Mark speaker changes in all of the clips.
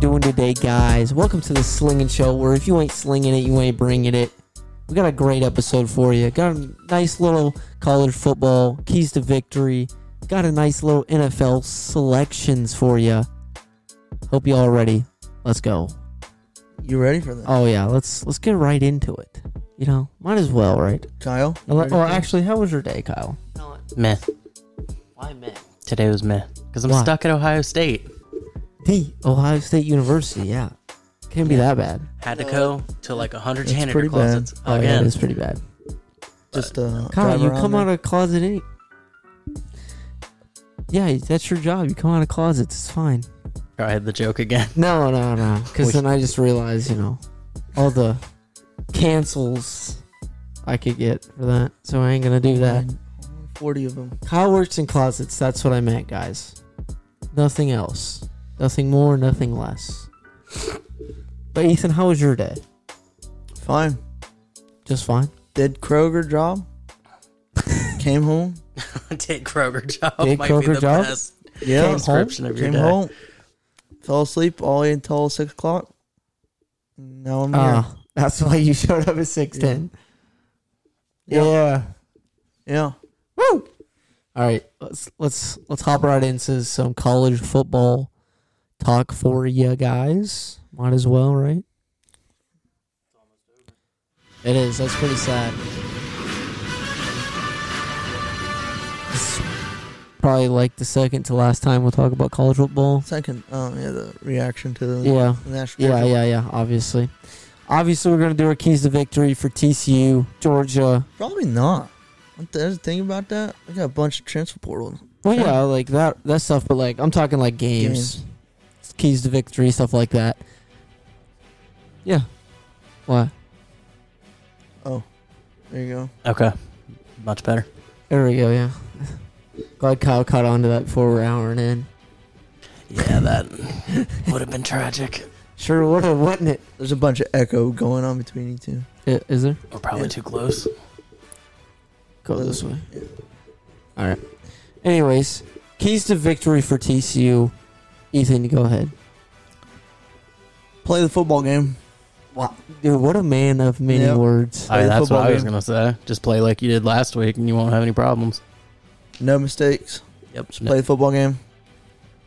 Speaker 1: doing today, guys? Welcome to the Slinging Show, where if you ain't slinging it, you ain't bringing it. We got a great episode for you. Got a nice little college football keys to victory. Got a nice little NFL selections for you. Hope you all ready. Let's go.
Speaker 2: You ready for this,
Speaker 1: Oh yeah, let's let's get right into it. You know, might as well, right?
Speaker 2: Kyle? You
Speaker 1: Or
Speaker 2: ready for this?
Speaker 1: actually, how was your day, Kyle?
Speaker 3: Meh.
Speaker 1: Why man?
Speaker 3: Today was meh. Because I'm
Speaker 1: Why?
Speaker 3: stuck at Ohio State.
Speaker 1: The Ohio State University, yeah, can't be that bad.
Speaker 3: Had to go to like 100 janitor
Speaker 2: pretty bad.
Speaker 3: closets
Speaker 1: Oh yeah,
Speaker 3: again.
Speaker 1: it's pretty bad.
Speaker 2: just uh,
Speaker 1: Kyle,
Speaker 2: drive
Speaker 1: you
Speaker 2: around
Speaker 1: come
Speaker 2: there.
Speaker 1: out of closet any. Yeah, that's your job. You come out of closets. It's fine.
Speaker 3: I had the joke again.
Speaker 1: No, no, no. Because
Speaker 3: We-
Speaker 1: then I just realized, you know, all the cancels I could get for that. So I ain't gonna do that.
Speaker 2: forty of them.
Speaker 1: Kyle works in closets. That's what I meant, guys. Nothing else. Nothing more. Nothing less. But Ethan, how was your day?
Speaker 2: Fine.
Speaker 1: Just fine.
Speaker 2: Did Kroger job? came home.
Speaker 3: Did Kroger job
Speaker 1: Did
Speaker 3: might be
Speaker 1: Kroger
Speaker 3: the
Speaker 1: job?
Speaker 3: best
Speaker 2: Yeah.
Speaker 3: description of your
Speaker 2: Came
Speaker 3: day.
Speaker 2: home. Fell asleep all the way until six o'clock. Now I'm here.
Speaker 1: Ah, that's why you showed up at six ten.
Speaker 2: Yeah.
Speaker 1: yeah.
Speaker 2: Yeah.
Speaker 1: Woo! All right, let's let's let's hop right into some college football talk for you guys. Might as well, right? It is. That's pretty sad. It's probably like the second to last time we'll talk about college football.
Speaker 2: Second. Um. Yeah. The reaction to the
Speaker 1: Yeah.
Speaker 2: national.
Speaker 1: Yeah, yeah, yeah. Obviously, obviously, we're gonna do our keys to victory for TCU, Georgia.
Speaker 2: Probably not. What the- There's a thing about that. We got a bunch of transfer portal.
Speaker 1: Well,
Speaker 2: Sure.
Speaker 1: yeah, like that that stuff. But like, I'm talking like games.
Speaker 2: games.
Speaker 1: keys to victory, stuff like that. Yeah. What?
Speaker 2: Oh, There you go.
Speaker 3: Okay. Much better.
Speaker 1: There we go, yeah. Glad Kyle caught on to that before we're hour in.
Speaker 3: Yeah, that would have been tragic.
Speaker 1: Sure would have, wouldn't it?
Speaker 2: There's a bunch of echo going on between you two.
Speaker 1: I- Is there?
Speaker 3: We're probably
Speaker 2: Yeah.
Speaker 3: too close.
Speaker 1: Go this way. Alright. Uh, Anyways, keys to victory for TCU. Ethan, go ahead.
Speaker 2: Play the football game.
Speaker 1: Wow. Dude, what a man of many
Speaker 2: Yep.
Speaker 1: words.
Speaker 2: Play the
Speaker 3: that's what
Speaker 2: football
Speaker 3: I was
Speaker 2: game.
Speaker 3: going to say. Just play like you did last week and you won't have any problems.
Speaker 2: No mistakes.
Speaker 3: Yep.
Speaker 2: Just play the football game.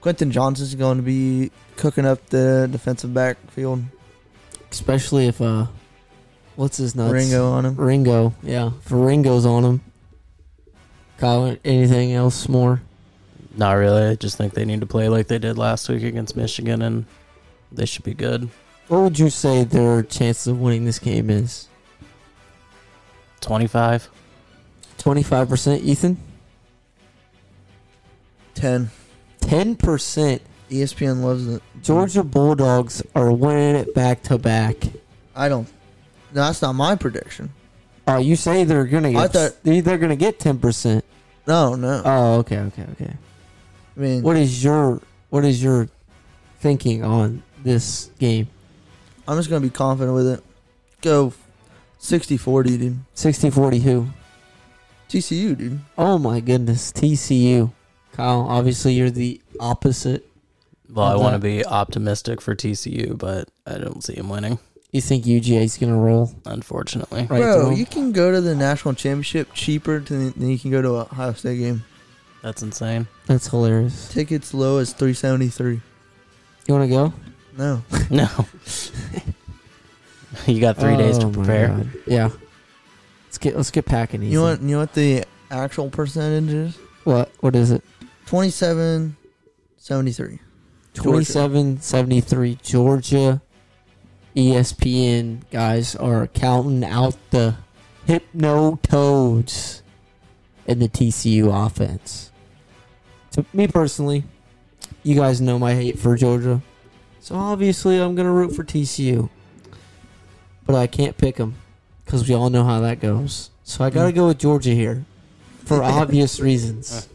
Speaker 2: Quentin Johnson's going to be cooking up the defensive backfield.
Speaker 1: Especially if, uh, what's his nuts?
Speaker 2: Ringo on him.
Speaker 1: Ringo, yeah. If Ringo's on him. Kyle, anything else more?
Speaker 3: Not really. I just think they need to play like they did last week against Michigan and they should be good.
Speaker 1: What would you say their chances of winning this game is?
Speaker 3: 25.
Speaker 1: 25%, Ethan?
Speaker 2: 10.
Speaker 1: 10%.
Speaker 2: ESPN loves it.
Speaker 1: Georgia Bulldogs are winning it back to back.
Speaker 2: I don't. No, that's not my prediction.
Speaker 1: Oh, you say they're gonna
Speaker 2: I
Speaker 1: get
Speaker 2: thought-
Speaker 1: they- they're gonna get ten percent.
Speaker 2: No, no.
Speaker 1: Oh, okay, okay, okay.
Speaker 2: I mean,
Speaker 1: What is your what is your thinking on this game?
Speaker 2: I'm just going to be confident with it. Go 60 40, dude.
Speaker 1: 60-40 who?
Speaker 2: TCU, dude.
Speaker 1: Oh my goodness, TCU. Kyle, obviously you're the opposite.
Speaker 3: Well, I
Speaker 1: How's
Speaker 3: want to
Speaker 1: that?
Speaker 3: be optimistic for TCU, but I don't see him winning,
Speaker 1: You think UGA's gonna roll?
Speaker 3: unfortunately.
Speaker 1: Right
Speaker 2: Bro,
Speaker 1: through?
Speaker 2: you can go to the national championship cheaper to, than you can go to a Ohio State game.
Speaker 3: That's insane.
Speaker 1: That's hilarious.
Speaker 2: Tickets low as 373
Speaker 1: You wanna go?
Speaker 2: No.
Speaker 3: No. you got three
Speaker 1: three
Speaker 3: days to prepare.
Speaker 1: Oh Yeah. Let's get let's get packing. Ethan.
Speaker 2: You want you want the actual percentages?
Speaker 1: what? What is it?
Speaker 2: 27 73. Georgia.
Speaker 1: Twenty-seven seventy-three. Georgia. E ESPN guys are counting out the hypno toads in the TCU offense. To me personally, you guys know my hate for Georgia, so obviously I'm gonna root for TCU. But I can't pick them because we all know how that goes. So I gotta go with Georgia here for obvious reasons.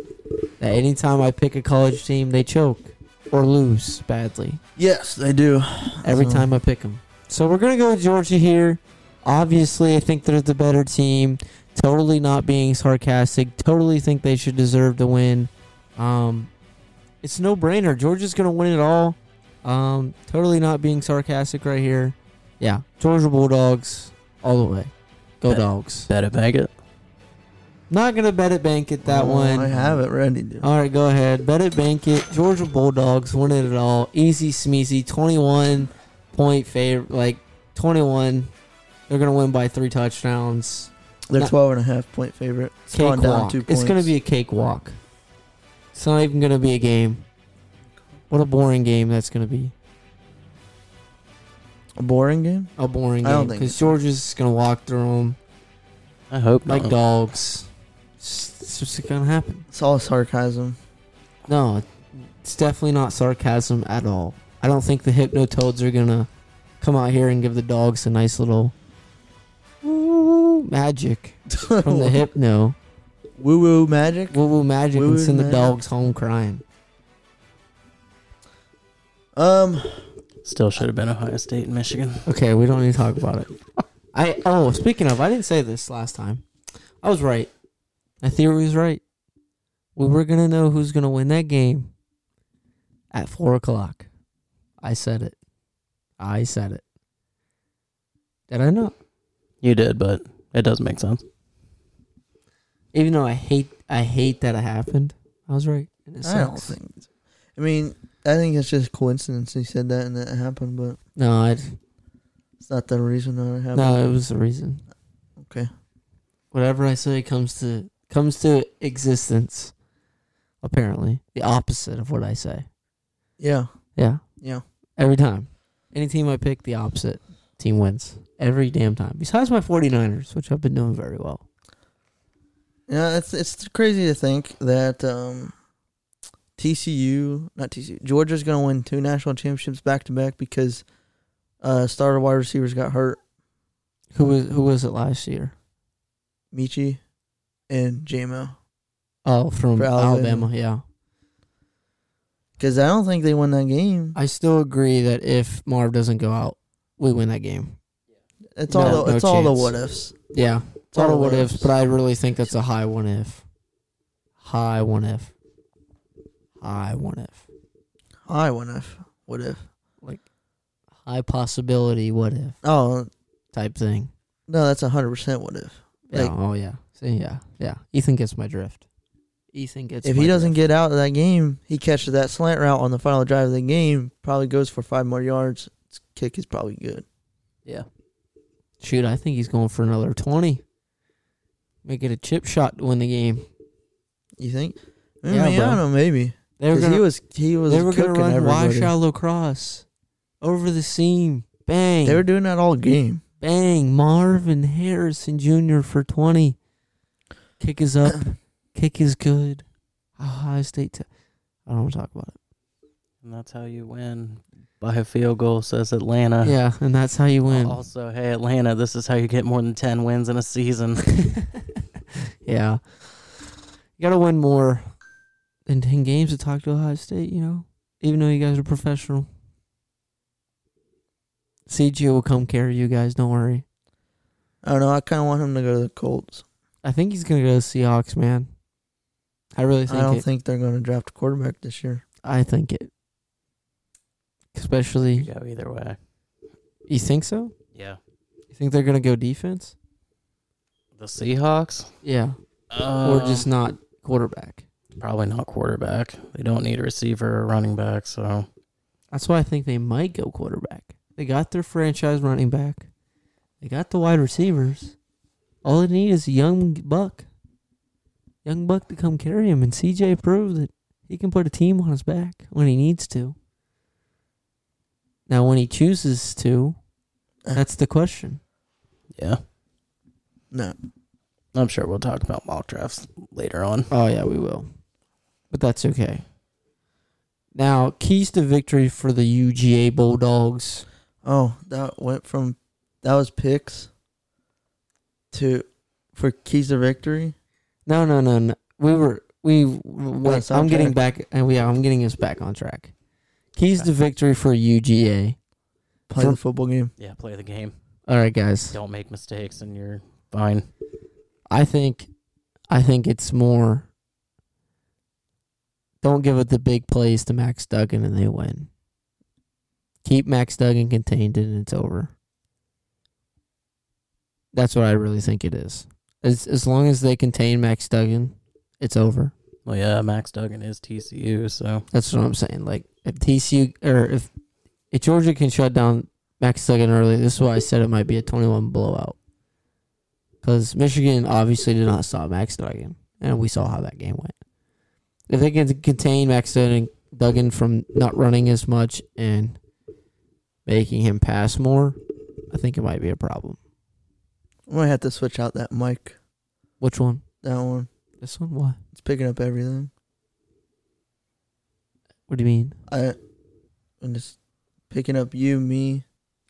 Speaker 1: That anytime I pick a college team, they choke or lose badly
Speaker 2: Yes, they do.
Speaker 1: every
Speaker 2: So-
Speaker 1: time I pick them. So we're gonna go with Georgia here. Obviously, I think they're the better team. Totally not being sarcastic. Totally think they should deserve to win. Um, it's no brainer. Georgia's gonna win it all. Um, totally not being sarcastic right here. Yeah, Georgia Bulldogs all the way. Go
Speaker 3: Bet.
Speaker 1: dogs.
Speaker 3: Bet it, bag it.
Speaker 1: Not gonna bet it, bank it that
Speaker 2: Oh,
Speaker 1: one. Uh,
Speaker 2: I have it ready, dude.
Speaker 1: All right, go ahead. Bet it, bank it. Georgia Bulldogs won it at all. Easy smeezy. 21 point favor. Like, 21. They're going to win by three touchdowns.
Speaker 2: They're
Speaker 1: not-
Speaker 2: 12 and a half point favorite. It's gone down
Speaker 1: Cakewalk.
Speaker 2: two points.
Speaker 1: It's going to be a cakewalk. It's not even going to be a game. What a boring game that's going to be.
Speaker 2: a boring game.
Speaker 1: A boring
Speaker 2: I don't
Speaker 1: game.
Speaker 2: think
Speaker 1: Because
Speaker 2: so.
Speaker 1: Georgia's going to walk through them
Speaker 3: I hope
Speaker 1: like
Speaker 3: not.
Speaker 1: dogs. It's, it's just going to happen.
Speaker 2: It's all sarcasm.
Speaker 1: No, it's definitely not sarcasm at all. I don't think the Hypnotoads are gonna come out here and give the dogs a nice little woo magic from the Hypno.
Speaker 2: Woo woo magic.
Speaker 1: Woo woo magic
Speaker 2: Woo-woo
Speaker 1: and send the
Speaker 2: magic.
Speaker 1: dogs home crying.
Speaker 2: Um,
Speaker 3: Still should have been Ohio State and Michigan.
Speaker 1: Okay, we don't need to talk about it. I oh, speaking of, I didn't say this last time. I was right. My theory was right. We were gonna know who's gonna win that game at four o'clock. I said it. I said it. Did I not?
Speaker 3: You did, but it does make sense.
Speaker 1: Even though I hate, I hate that it happened. I was right. and it
Speaker 2: I don't
Speaker 1: sucks.
Speaker 2: think. I mean, I think it's just coincidence he said that and that happened, but
Speaker 1: No, I,
Speaker 2: it's not the reason that it happened.
Speaker 1: no, it was the reason.
Speaker 2: Okay.
Speaker 1: Whatever I say comes to comes to existence. Apparently, the opposite of what I say.
Speaker 2: Yeah.
Speaker 1: Yeah.
Speaker 2: Yeah.
Speaker 1: Every time. Any team I pick, the opposite team wins. Every damn time. Besides my 49ers, which I've been doing very well.
Speaker 2: Yeah, it's it's crazy to think that um, TCU, not TCU, Georgia's going to win two national championships back to back because uh, starter wide receivers got hurt,
Speaker 1: Who was who was it last year?
Speaker 2: Michi and JMO.
Speaker 1: Oh, from
Speaker 2: For Alabama.
Speaker 1: Alabama, yeah.
Speaker 2: Because I don't think they won that game.
Speaker 1: I still agree that if Marv doesn't go out, we win that game.
Speaker 2: It's
Speaker 1: No,
Speaker 2: all the,
Speaker 1: no
Speaker 2: it's all the
Speaker 1: chance.
Speaker 2: what ifs.
Speaker 1: Yeah. It's all a what ifs, but I really think that's a high one if. High one if. High one if.
Speaker 2: Oh, I what if? What if?
Speaker 1: Like high possibility what if
Speaker 2: Oh
Speaker 1: type thing.
Speaker 2: no, that's hundred percent what if.
Speaker 1: Yeah.
Speaker 2: Like-
Speaker 1: oh yeah. See, yeah. Yeah. Ethan gets my drift. Ethan gets
Speaker 2: if
Speaker 1: my
Speaker 2: he doesn't
Speaker 1: drift.
Speaker 2: get out of that game, he catches that slant route on the final drive of the game. Probably goes for five more yards. His kick is probably good.
Speaker 3: Yeah.
Speaker 1: Shoot, I think he's going for another 20. Make it a chip shot to win the game.
Speaker 2: You think?
Speaker 1: Yeah,
Speaker 2: I, mean, I
Speaker 1: bro.
Speaker 2: don't know. Maybe
Speaker 1: They were
Speaker 2: 'Cause
Speaker 1: going
Speaker 2: he was he was
Speaker 1: they were
Speaker 2: cooking
Speaker 1: gonna run
Speaker 2: everybody.
Speaker 1: Washoe cross over the seam. Bang.
Speaker 2: They were doing that all game.
Speaker 1: bang. Marvin Harrison Jr. for 20. Kick is up. Kick is good. Ohio State. T- I don't want to talk about it.
Speaker 3: And that's how you win by a field goal, says
Speaker 2: Uh-huh.
Speaker 3: Atlanta.
Speaker 1: Yeah, and that's how you win.
Speaker 3: Also, hey, Atlanta, this is how you get more than 10 wins in a season.
Speaker 1: yeah. You got to win more than 10 games to talk to Ohio State, you know? Even though you guys are professional. CG will come carry you guys, don't worry.
Speaker 2: I don't know. I kind of want him to go to the Colts.
Speaker 1: I think he's going to go to Seahawks, man. I really
Speaker 2: I
Speaker 1: think
Speaker 2: don't
Speaker 1: it.
Speaker 2: think they're going to draft a quarterback this year.
Speaker 1: I think it.
Speaker 3: you
Speaker 1: Especially,
Speaker 3: go either way.
Speaker 1: you think so?
Speaker 3: Yeah.
Speaker 1: You think they're going to go defense?
Speaker 3: The Seahawks?
Speaker 1: Yeah.
Speaker 3: Uh,
Speaker 1: or just not quarterback.
Speaker 3: Probably not quarterback. They don't need a receiver or running back, so.
Speaker 1: That's why I think they might go quarterback. They got their franchise running back. They got the wide receivers. All they need is a young buck. Young buck to come carry him, and CJ proved that he can put a team on his back when he needs to. Now, when he chooses to, that's the question.
Speaker 3: Yeah.
Speaker 2: No.
Speaker 3: I'm sure we'll talk about mock drafts later on.
Speaker 1: Oh yeah, we will. But that's okay. Now, keys to victory for the UGA Bulldogs.
Speaker 2: Oh, that went from that was picks to for keys to victory.
Speaker 1: No, no, no, no. We were we. Wait, I'm
Speaker 2: sidetracked.
Speaker 1: getting back, and we. I'm getting us back on track. Keys to victory for UGA.
Speaker 2: Play
Speaker 1: For-
Speaker 2: the football game.
Speaker 3: Yeah, play the game.
Speaker 1: All right, guys.
Speaker 3: Don't make mistakes and you're fine.
Speaker 1: I think, I think it's more. Don't give it the big plays to Max Duggan and they win. Keep Max Duggan contained and it's over. That's what I really think it is. As as long as they contain Max Duggan, it's over.
Speaker 3: Well, yeah, Max Duggan is TCU, so
Speaker 1: That's what I'm saying. Like if TCU or if if Georgia can shut down Max Duggan early, this is why I said it might be a 21 blowout. Because Michigan obviously did not stop Max Duggan, and we saw how that game went. If they can contain Max Duggan, Duggan from not running as much and making him pass more, I think it might be a problem.
Speaker 2: I might have to switch out that mic.
Speaker 1: Which one?
Speaker 2: That one.
Speaker 1: This one? Why?
Speaker 2: It's picking up everything.
Speaker 1: What do you mean?
Speaker 2: I I'm just picking up you, me,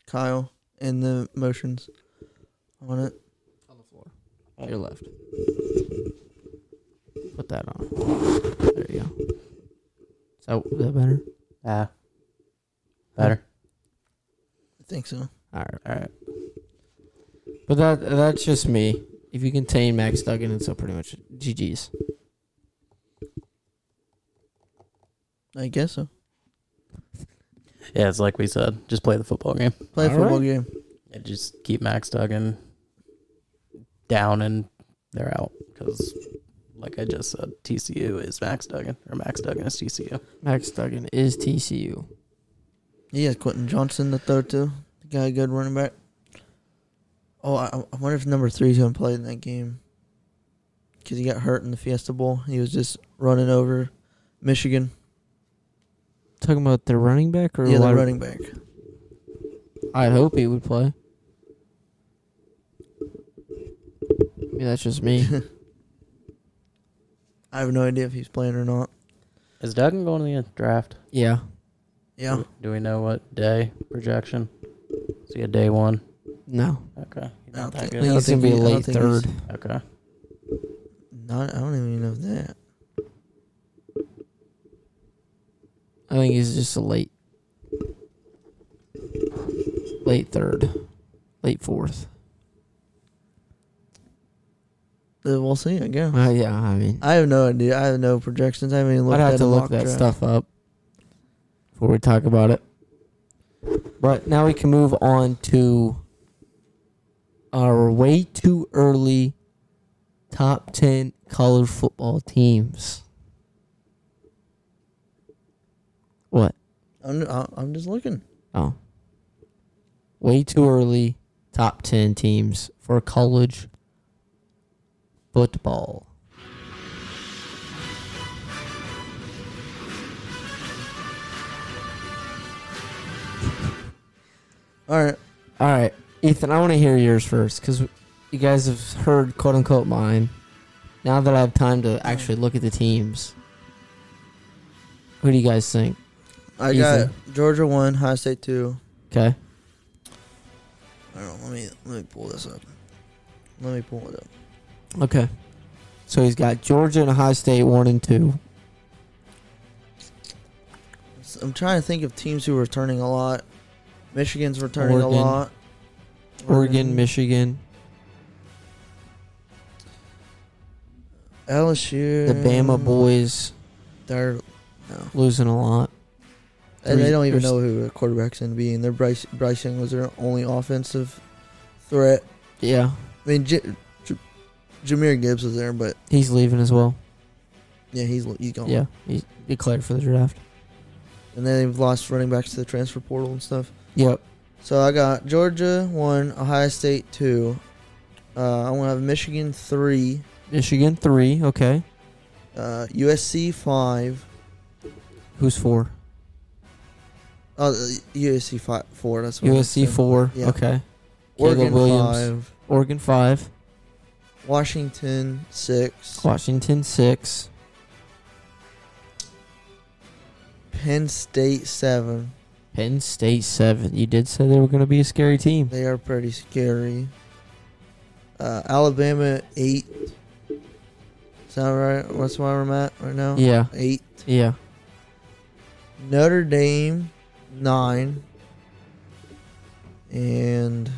Speaker 2: Kyle, and the motions on it.
Speaker 1: On the floor. On your left. Put that on. There you go. Is that, is that better?
Speaker 3: ah, better.
Speaker 2: I think so.
Speaker 1: All right.
Speaker 3: All right.
Speaker 1: But that that's just me. If you contain Max Duggan, it's up pretty much GG's.
Speaker 2: I guess so.
Speaker 3: Yeah, it's like we said, just play the football game.
Speaker 2: Play a
Speaker 1: All
Speaker 2: football
Speaker 1: right.
Speaker 2: game.
Speaker 3: And just keep Max Duggan down, and they're out. Because, like I just said, TCU is Max Duggan, or Max Duggan is TCU.
Speaker 1: Max Duggan is TCU.
Speaker 2: He has Quentin Johnson the third too. The guy, good running back. Oh, I, I wonder if number three's gonna play in that game. Cause he got hurt in the Fiesta Bowl. He was just running over Michigan.
Speaker 1: Talking about the running back or
Speaker 2: Yeah, the
Speaker 1: wide-
Speaker 2: running back.
Speaker 1: I'd hope he would play. I mean, that's just me.
Speaker 2: I have no idea if he's playing or not.
Speaker 3: Is Duggan going to the draft?
Speaker 1: yeah.
Speaker 2: Yeah,
Speaker 3: Do we know what day projection? Is he a day one?
Speaker 1: No.
Speaker 3: Okay. He's
Speaker 2: I don't
Speaker 3: not that
Speaker 2: think-
Speaker 1: I
Speaker 2: Yeah,
Speaker 1: think
Speaker 3: good.
Speaker 2: I
Speaker 1: it's gonna
Speaker 2: think
Speaker 1: be a
Speaker 2: he- I don't
Speaker 1: late
Speaker 2: think
Speaker 1: third.
Speaker 3: Okay.
Speaker 2: not. I don't even know that.
Speaker 1: I think he's just a late, late third, late fourth.
Speaker 2: Uh, We'll see. I guess.
Speaker 1: Uh, yeah, I mean,
Speaker 2: I have no idea. I have no projections. I haven't even looked
Speaker 1: I'd have
Speaker 2: at
Speaker 1: to
Speaker 2: a
Speaker 1: look
Speaker 2: mock
Speaker 1: that
Speaker 2: draft.
Speaker 1: stuff up before we talk about it. But now we can move on to our way too early top 10 college football teams. What?
Speaker 2: I'm, I- I'm just looking.
Speaker 1: Oh. Way too early top 10 teams for college football.
Speaker 2: All right.
Speaker 1: All right, Ethan, I want to hear yours first because you guys have heard "quote unquote" mine. Now that I have time to actually look at the teams, who do you guys think?
Speaker 2: I
Speaker 1: Easy.
Speaker 2: got Georgia one, High State two.
Speaker 1: Okay,
Speaker 2: I don't know. Let me let me pull this up. Let me pull it up.
Speaker 1: okay. So he's got Georgia and Ohio State one and two.
Speaker 2: S- I'm trying to think of teams who are returning a lot. Michigan's returning
Speaker 1: Oregon.
Speaker 2: a lot. Um,
Speaker 1: Oregon, Michigan,
Speaker 2: LSU,
Speaker 1: the Bama boys
Speaker 2: They're no.
Speaker 1: losing a lot.
Speaker 2: And
Speaker 1: Three-
Speaker 2: they don't even
Speaker 1: there's-
Speaker 2: know who the quarterback's going to be, and their Bryce Bryce Young was their only offensive threat.
Speaker 1: Yeah,
Speaker 2: I mean, J- J- Jameer Gibbs was there, but
Speaker 1: he's leaving as well.
Speaker 2: yeah, he's he's gone.
Speaker 1: Yeah, he declared for the draft.
Speaker 2: And then they've lost running backs to the transfer portal and stuff.
Speaker 1: Yep.
Speaker 2: So I got Georgia one, Ohio State two. Uh, I want to have Michigan three,
Speaker 1: Michigan three. Okay,
Speaker 2: uh, USC five.
Speaker 1: who's four?
Speaker 2: Oh, uh, USC five, four. That's what I
Speaker 1: USC
Speaker 2: said.
Speaker 1: four.
Speaker 2: Yeah.
Speaker 1: Okay. Caleb
Speaker 2: Oregon
Speaker 1: Williams.
Speaker 2: five,
Speaker 1: Oregon five.
Speaker 2: Washington six,
Speaker 1: Washington six.
Speaker 2: Penn State seven.
Speaker 1: Penn State seven. You did say they were going to be a scary team.
Speaker 2: They are pretty scary. Uh, Alabama eight. Is that right? What's where I'm at right now?
Speaker 1: Yeah,
Speaker 2: Eight.
Speaker 1: yeah.
Speaker 2: Notre Dame, nine. And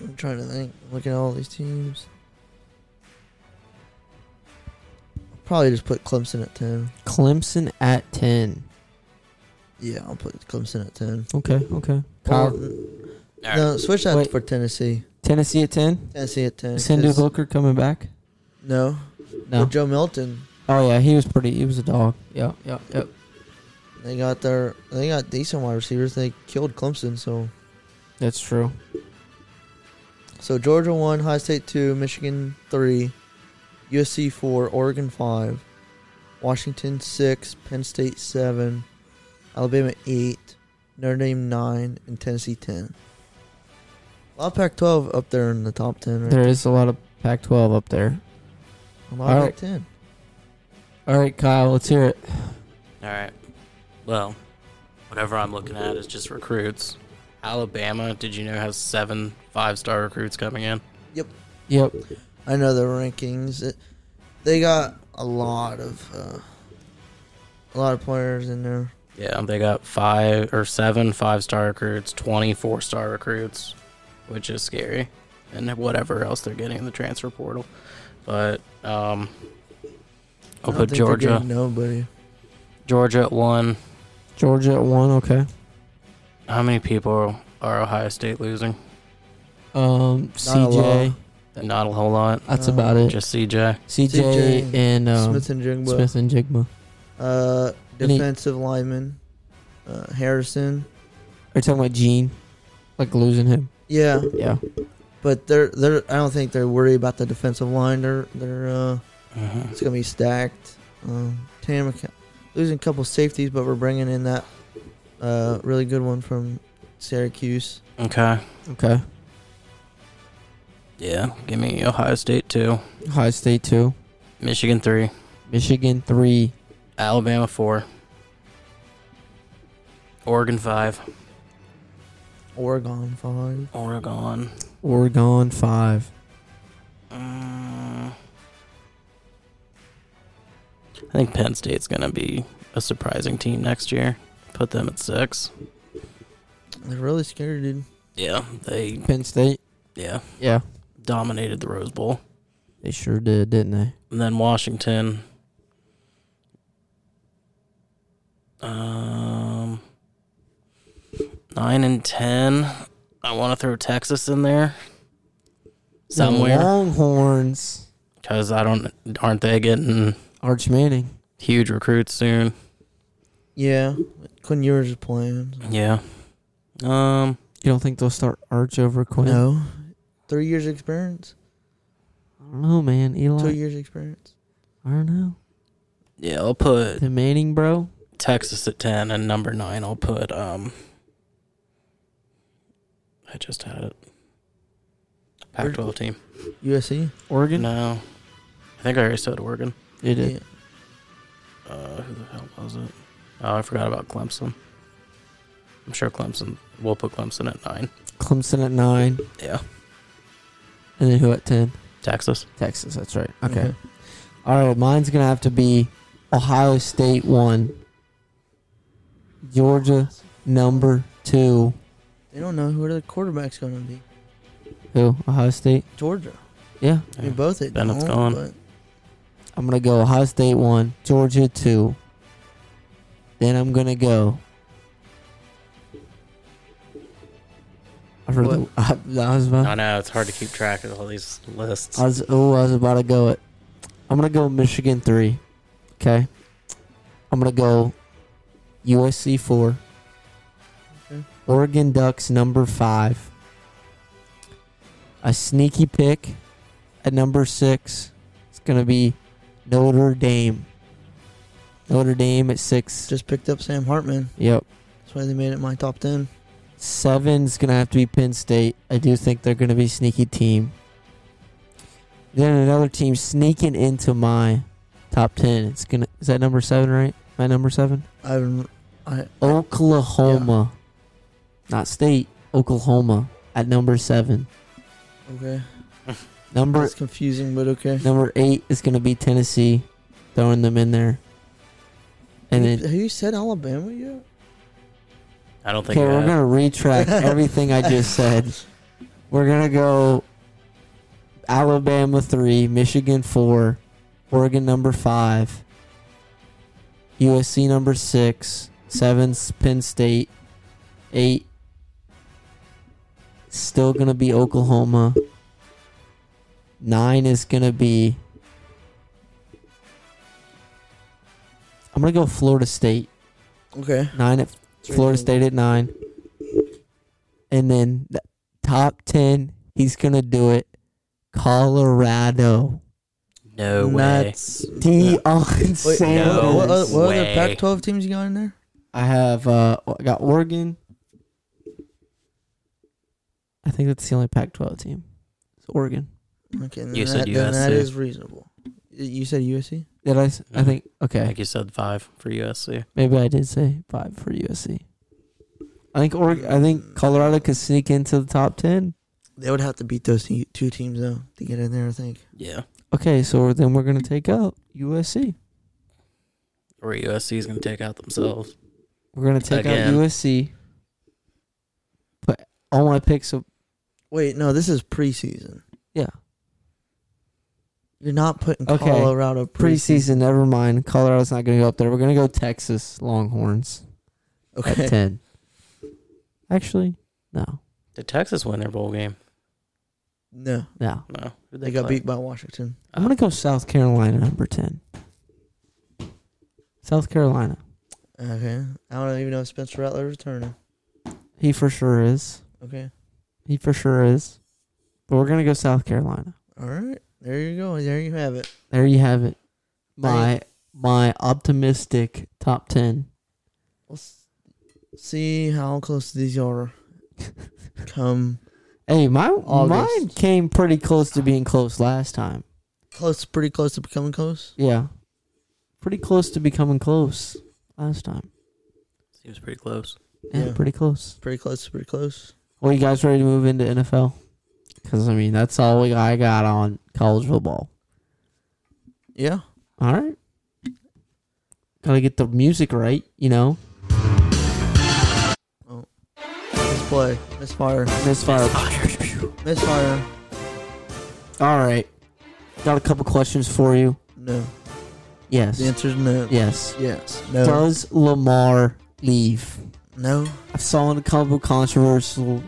Speaker 2: I'm trying to think. Look at all these teams. I'll probably just put Clemson at ten.
Speaker 1: Clemson at ten.
Speaker 2: Yeah, I'll put Clemson at ten.
Speaker 1: Okay, okay.
Speaker 2: Or-
Speaker 1: Kyle,
Speaker 2: no, switch that
Speaker 1: Wait.
Speaker 2: for Tennessee.
Speaker 1: Tennessee at 10.
Speaker 2: Tennessee at ten.
Speaker 1: Cindy
Speaker 2: 'cause-
Speaker 1: Booker coming back.
Speaker 2: No,
Speaker 1: No.
Speaker 2: Joe Milton.
Speaker 1: Oh, yeah, he was pretty. He was a dog. Yep, yep, yep.
Speaker 2: They got their they got decent wide receivers. They killed Clemson, so
Speaker 1: That's true.
Speaker 2: so Georgia one, High State two, Michigan three, USC four, Oregon five, Washington six, Penn State seven, Alabama eight, Notre Dame nine, and Tennessee ten. A lot of Pac twelve up there in the top ten, right?
Speaker 1: There is a lot of Pac 12 up there.
Speaker 2: A lot of
Speaker 1: All
Speaker 2: Pac ten.
Speaker 1: All right, Kyle, let's hear it.
Speaker 3: All right. Well, whatever I'm looking at is just recruits. Alabama, did you know, has seven five star recruits coming in?
Speaker 1: Yep.
Speaker 2: I know the rankings. It, they got a lot of uh, a lot of players in there.
Speaker 3: Yeah, they got five or seven five star recruits, 24 star recruits, which is scary, and whatever else they're getting in the transfer portal. But um, I'll
Speaker 2: I don't
Speaker 3: put
Speaker 2: think they're
Speaker 3: Georgia.
Speaker 2: getting Nobody.
Speaker 3: Georgia at one.
Speaker 1: Georgia at 1. Okay.
Speaker 3: How many people are Ohio State losing?
Speaker 1: Um, CJ.
Speaker 2: lot.
Speaker 3: Not a whole lot.
Speaker 1: That's
Speaker 2: Uh,
Speaker 1: about it.
Speaker 3: Just CJ.
Speaker 1: CJ,
Speaker 2: CJ,
Speaker 1: and um,
Speaker 2: Smith and Jigba.
Speaker 1: Smith and Jigma.
Speaker 2: Uh,
Speaker 1: Any-
Speaker 2: defensive lineman, uh, Harrison.
Speaker 1: Are you talking about Gene? Like losing him?
Speaker 2: Yeah,
Speaker 1: Yeah.
Speaker 2: but they're they're. I don't think they're worried about the defensive line. They're they're. Uh,
Speaker 3: Mhm.
Speaker 2: it's gonna be stacked. Um, Tanner McC- losing a couple safeties, but we're bringing in that uh, really good one from Syracuse.
Speaker 3: Okay.
Speaker 1: Okay.
Speaker 3: Yeah. Give me Ohio State two,
Speaker 1: Ohio State 2.
Speaker 3: Michigan three,
Speaker 1: Michigan 3.
Speaker 3: Alabama four, Oregon five,
Speaker 2: Oregon five.
Speaker 3: Oregon.
Speaker 1: Oregon 5.
Speaker 3: Mm. I think Penn State's gonna be a surprising team next year. Put them at six.
Speaker 2: They're really scared, dude.
Speaker 3: Yeah, they
Speaker 1: Penn State?
Speaker 3: yeah
Speaker 1: Yeah.
Speaker 3: dominated the Rose Bowl.
Speaker 1: They sure did, didn't they?
Speaker 3: And then Washington. Um, nine and ten. I want to throw Texas in there
Speaker 1: The
Speaker 3: somewhere
Speaker 1: Longhorns.
Speaker 3: because I don't. Aren't they getting
Speaker 1: Arch Manning.
Speaker 3: huge recruits soon?
Speaker 2: Yeah, Quinn Ewers is playing.
Speaker 3: Yeah. Um.
Speaker 1: You don't think they'll start Arch over Quinn?
Speaker 2: No, three years experience,
Speaker 1: I don't know, man.
Speaker 2: two
Speaker 1: Eli.
Speaker 2: years experience.
Speaker 1: I don't know.
Speaker 3: Yeah, I'll put
Speaker 1: The Manning, bro.
Speaker 3: Texas at ten, and number nine, I'll put um. I just had it. Pac-12 team.
Speaker 2: USC.
Speaker 1: Oregon?
Speaker 3: No, I think I already said Oregon.
Speaker 1: It did.
Speaker 2: Yeah.
Speaker 3: Uh, who the hell was it? Oh, I forgot about Clemson. I'm sure Clemson. We'll put Clemson at nine.
Speaker 1: Clemson at 9.
Speaker 3: Yeah,
Speaker 1: And then who at 10?
Speaker 3: Texas.
Speaker 1: Texas. That's right. Okay.
Speaker 2: Mm-hmm.
Speaker 1: All right. Mine's going to have to be Ohio State 1. Georgia number 2.
Speaker 2: They don't know who the quarterback's going to be.
Speaker 1: Who? Ohio State?
Speaker 2: Georgia.
Speaker 1: Yeah.
Speaker 2: I mean,
Speaker 3: Yeah.
Speaker 2: both it.
Speaker 3: Bennett's
Speaker 2: don't,
Speaker 3: gone.
Speaker 2: But
Speaker 1: I'm gonna go Ohio State one, Georgia two. Then I'm gonna go. I, really, I, I was
Speaker 3: I
Speaker 1: about.
Speaker 3: know it's hard to keep track of all these lists.
Speaker 1: I was, oh, I was about to go it. I'm gonna go Michigan three. Okay. I'm gonna go USC four.
Speaker 2: Okay.
Speaker 1: Oregon Ducks number five. A sneaky pick at number six. It's gonna be Notre Dame. Notre Dame at six.
Speaker 2: just picked up Sam Hartman.
Speaker 1: Yep.
Speaker 2: That's why they made it my top ten.
Speaker 1: Seven's gonna have to be Penn State. I do think they're gonna be a sneaky team. Then another team sneaking into my top ten. It's gonna is that number seven, right? My number seven?
Speaker 2: I've I
Speaker 1: Oklahoma. Not state, Oklahoma at number seven.
Speaker 2: okay.
Speaker 1: Number
Speaker 2: It's confusing, but okay.
Speaker 1: number eight is gonna be Tennessee. Throwing them in there. And then
Speaker 2: Have you- have you said Alabama yet?
Speaker 3: I don't think.
Speaker 1: Okay, we're
Speaker 3: I have.
Speaker 1: gonna retract everything I just said. We're gonna go Alabama three, Michigan four, Oregon number five, USC number six, Seven's Penn State. Eight. Still gonna be Oklahoma. Nine is gonna be. I'm gonna go Florida State.
Speaker 2: Okay.
Speaker 1: Nine at Florida State at nine. And then the top ten, he's gonna do it. Colorado.
Speaker 3: No way.
Speaker 2: Nuts.
Speaker 1: Deion Sanders.
Speaker 3: no.
Speaker 2: What, other- what other
Speaker 3: way.
Speaker 2: Pac-12 teams you got in there?
Speaker 1: I have uh I got Oregon. I think that's the only Pac-12 team. It's Oregon.
Speaker 2: Okay. Then
Speaker 3: You
Speaker 2: that,
Speaker 3: said
Speaker 2: then that
Speaker 3: USC.
Speaker 2: is reasonable. Y- You said USC.
Speaker 1: Did I? s-
Speaker 2: Mm-hmm.
Speaker 1: I think
Speaker 3: I
Speaker 1: okay.
Speaker 3: think you said five for USC.
Speaker 1: Maybe I did say five for USC. I think Oregon. I think Colorado could sneak into the top ten.
Speaker 2: They would have to beat those te- two teams though to get in there. I think.
Speaker 3: Yeah.
Speaker 1: Okay, so then we're gonna take out USC.
Speaker 3: Or USC is going to take out themselves.
Speaker 1: We're gonna take
Speaker 3: Again.
Speaker 1: out USC. But all my picks. Are,
Speaker 2: Wait, no. This is preseason.
Speaker 1: Yeah.
Speaker 2: You're not putting
Speaker 1: Okay.
Speaker 2: Colorado preseason.
Speaker 1: preseason. Never mind. Colorado's not gonna go up there. We're gonna go Texas Longhorns at
Speaker 2: Okay.
Speaker 1: ten. Actually, no,
Speaker 3: Did Texas win their bowl game?
Speaker 2: No,
Speaker 1: no.
Speaker 3: No. Who'd
Speaker 2: they got
Speaker 3: play?
Speaker 2: beat by Washington.
Speaker 1: I'm gonna go South Carolina number ten. South Carolina.
Speaker 2: Okay. I don't even know if Spencer Rattler is returning.
Speaker 1: He for sure is.
Speaker 2: Okay.
Speaker 1: He for sure is. But we're gonna go South Carolina.
Speaker 2: All right. There you go. There you have it.
Speaker 1: There you have it. My my optimistic top ten.
Speaker 2: Let's see how close these are. Come
Speaker 1: Hey, my
Speaker 2: August.
Speaker 1: mine came pretty close to being close last time.
Speaker 2: close, pretty close to becoming close.
Speaker 1: Yeah, pretty close to becoming close last time.
Speaker 3: Seems pretty close.
Speaker 1: Yeah,
Speaker 2: Yeah.
Speaker 1: pretty close.
Speaker 2: Pretty close, pretty close.
Speaker 1: Well, you guys ready to move into NFL? Because I mean, that's all we I got on college football.
Speaker 2: Yeah.
Speaker 1: All right. Gotta get the music right, you know.
Speaker 2: Misplay. Misfire.
Speaker 1: Misfire.
Speaker 2: Misfire.
Speaker 1: All right. Got a couple questions for you.
Speaker 2: No.
Speaker 1: Yes.
Speaker 2: The answer's no.
Speaker 1: Yes.
Speaker 2: Yes. No.
Speaker 1: Does Lamar leave?
Speaker 2: No.
Speaker 1: I've saw a couple controversial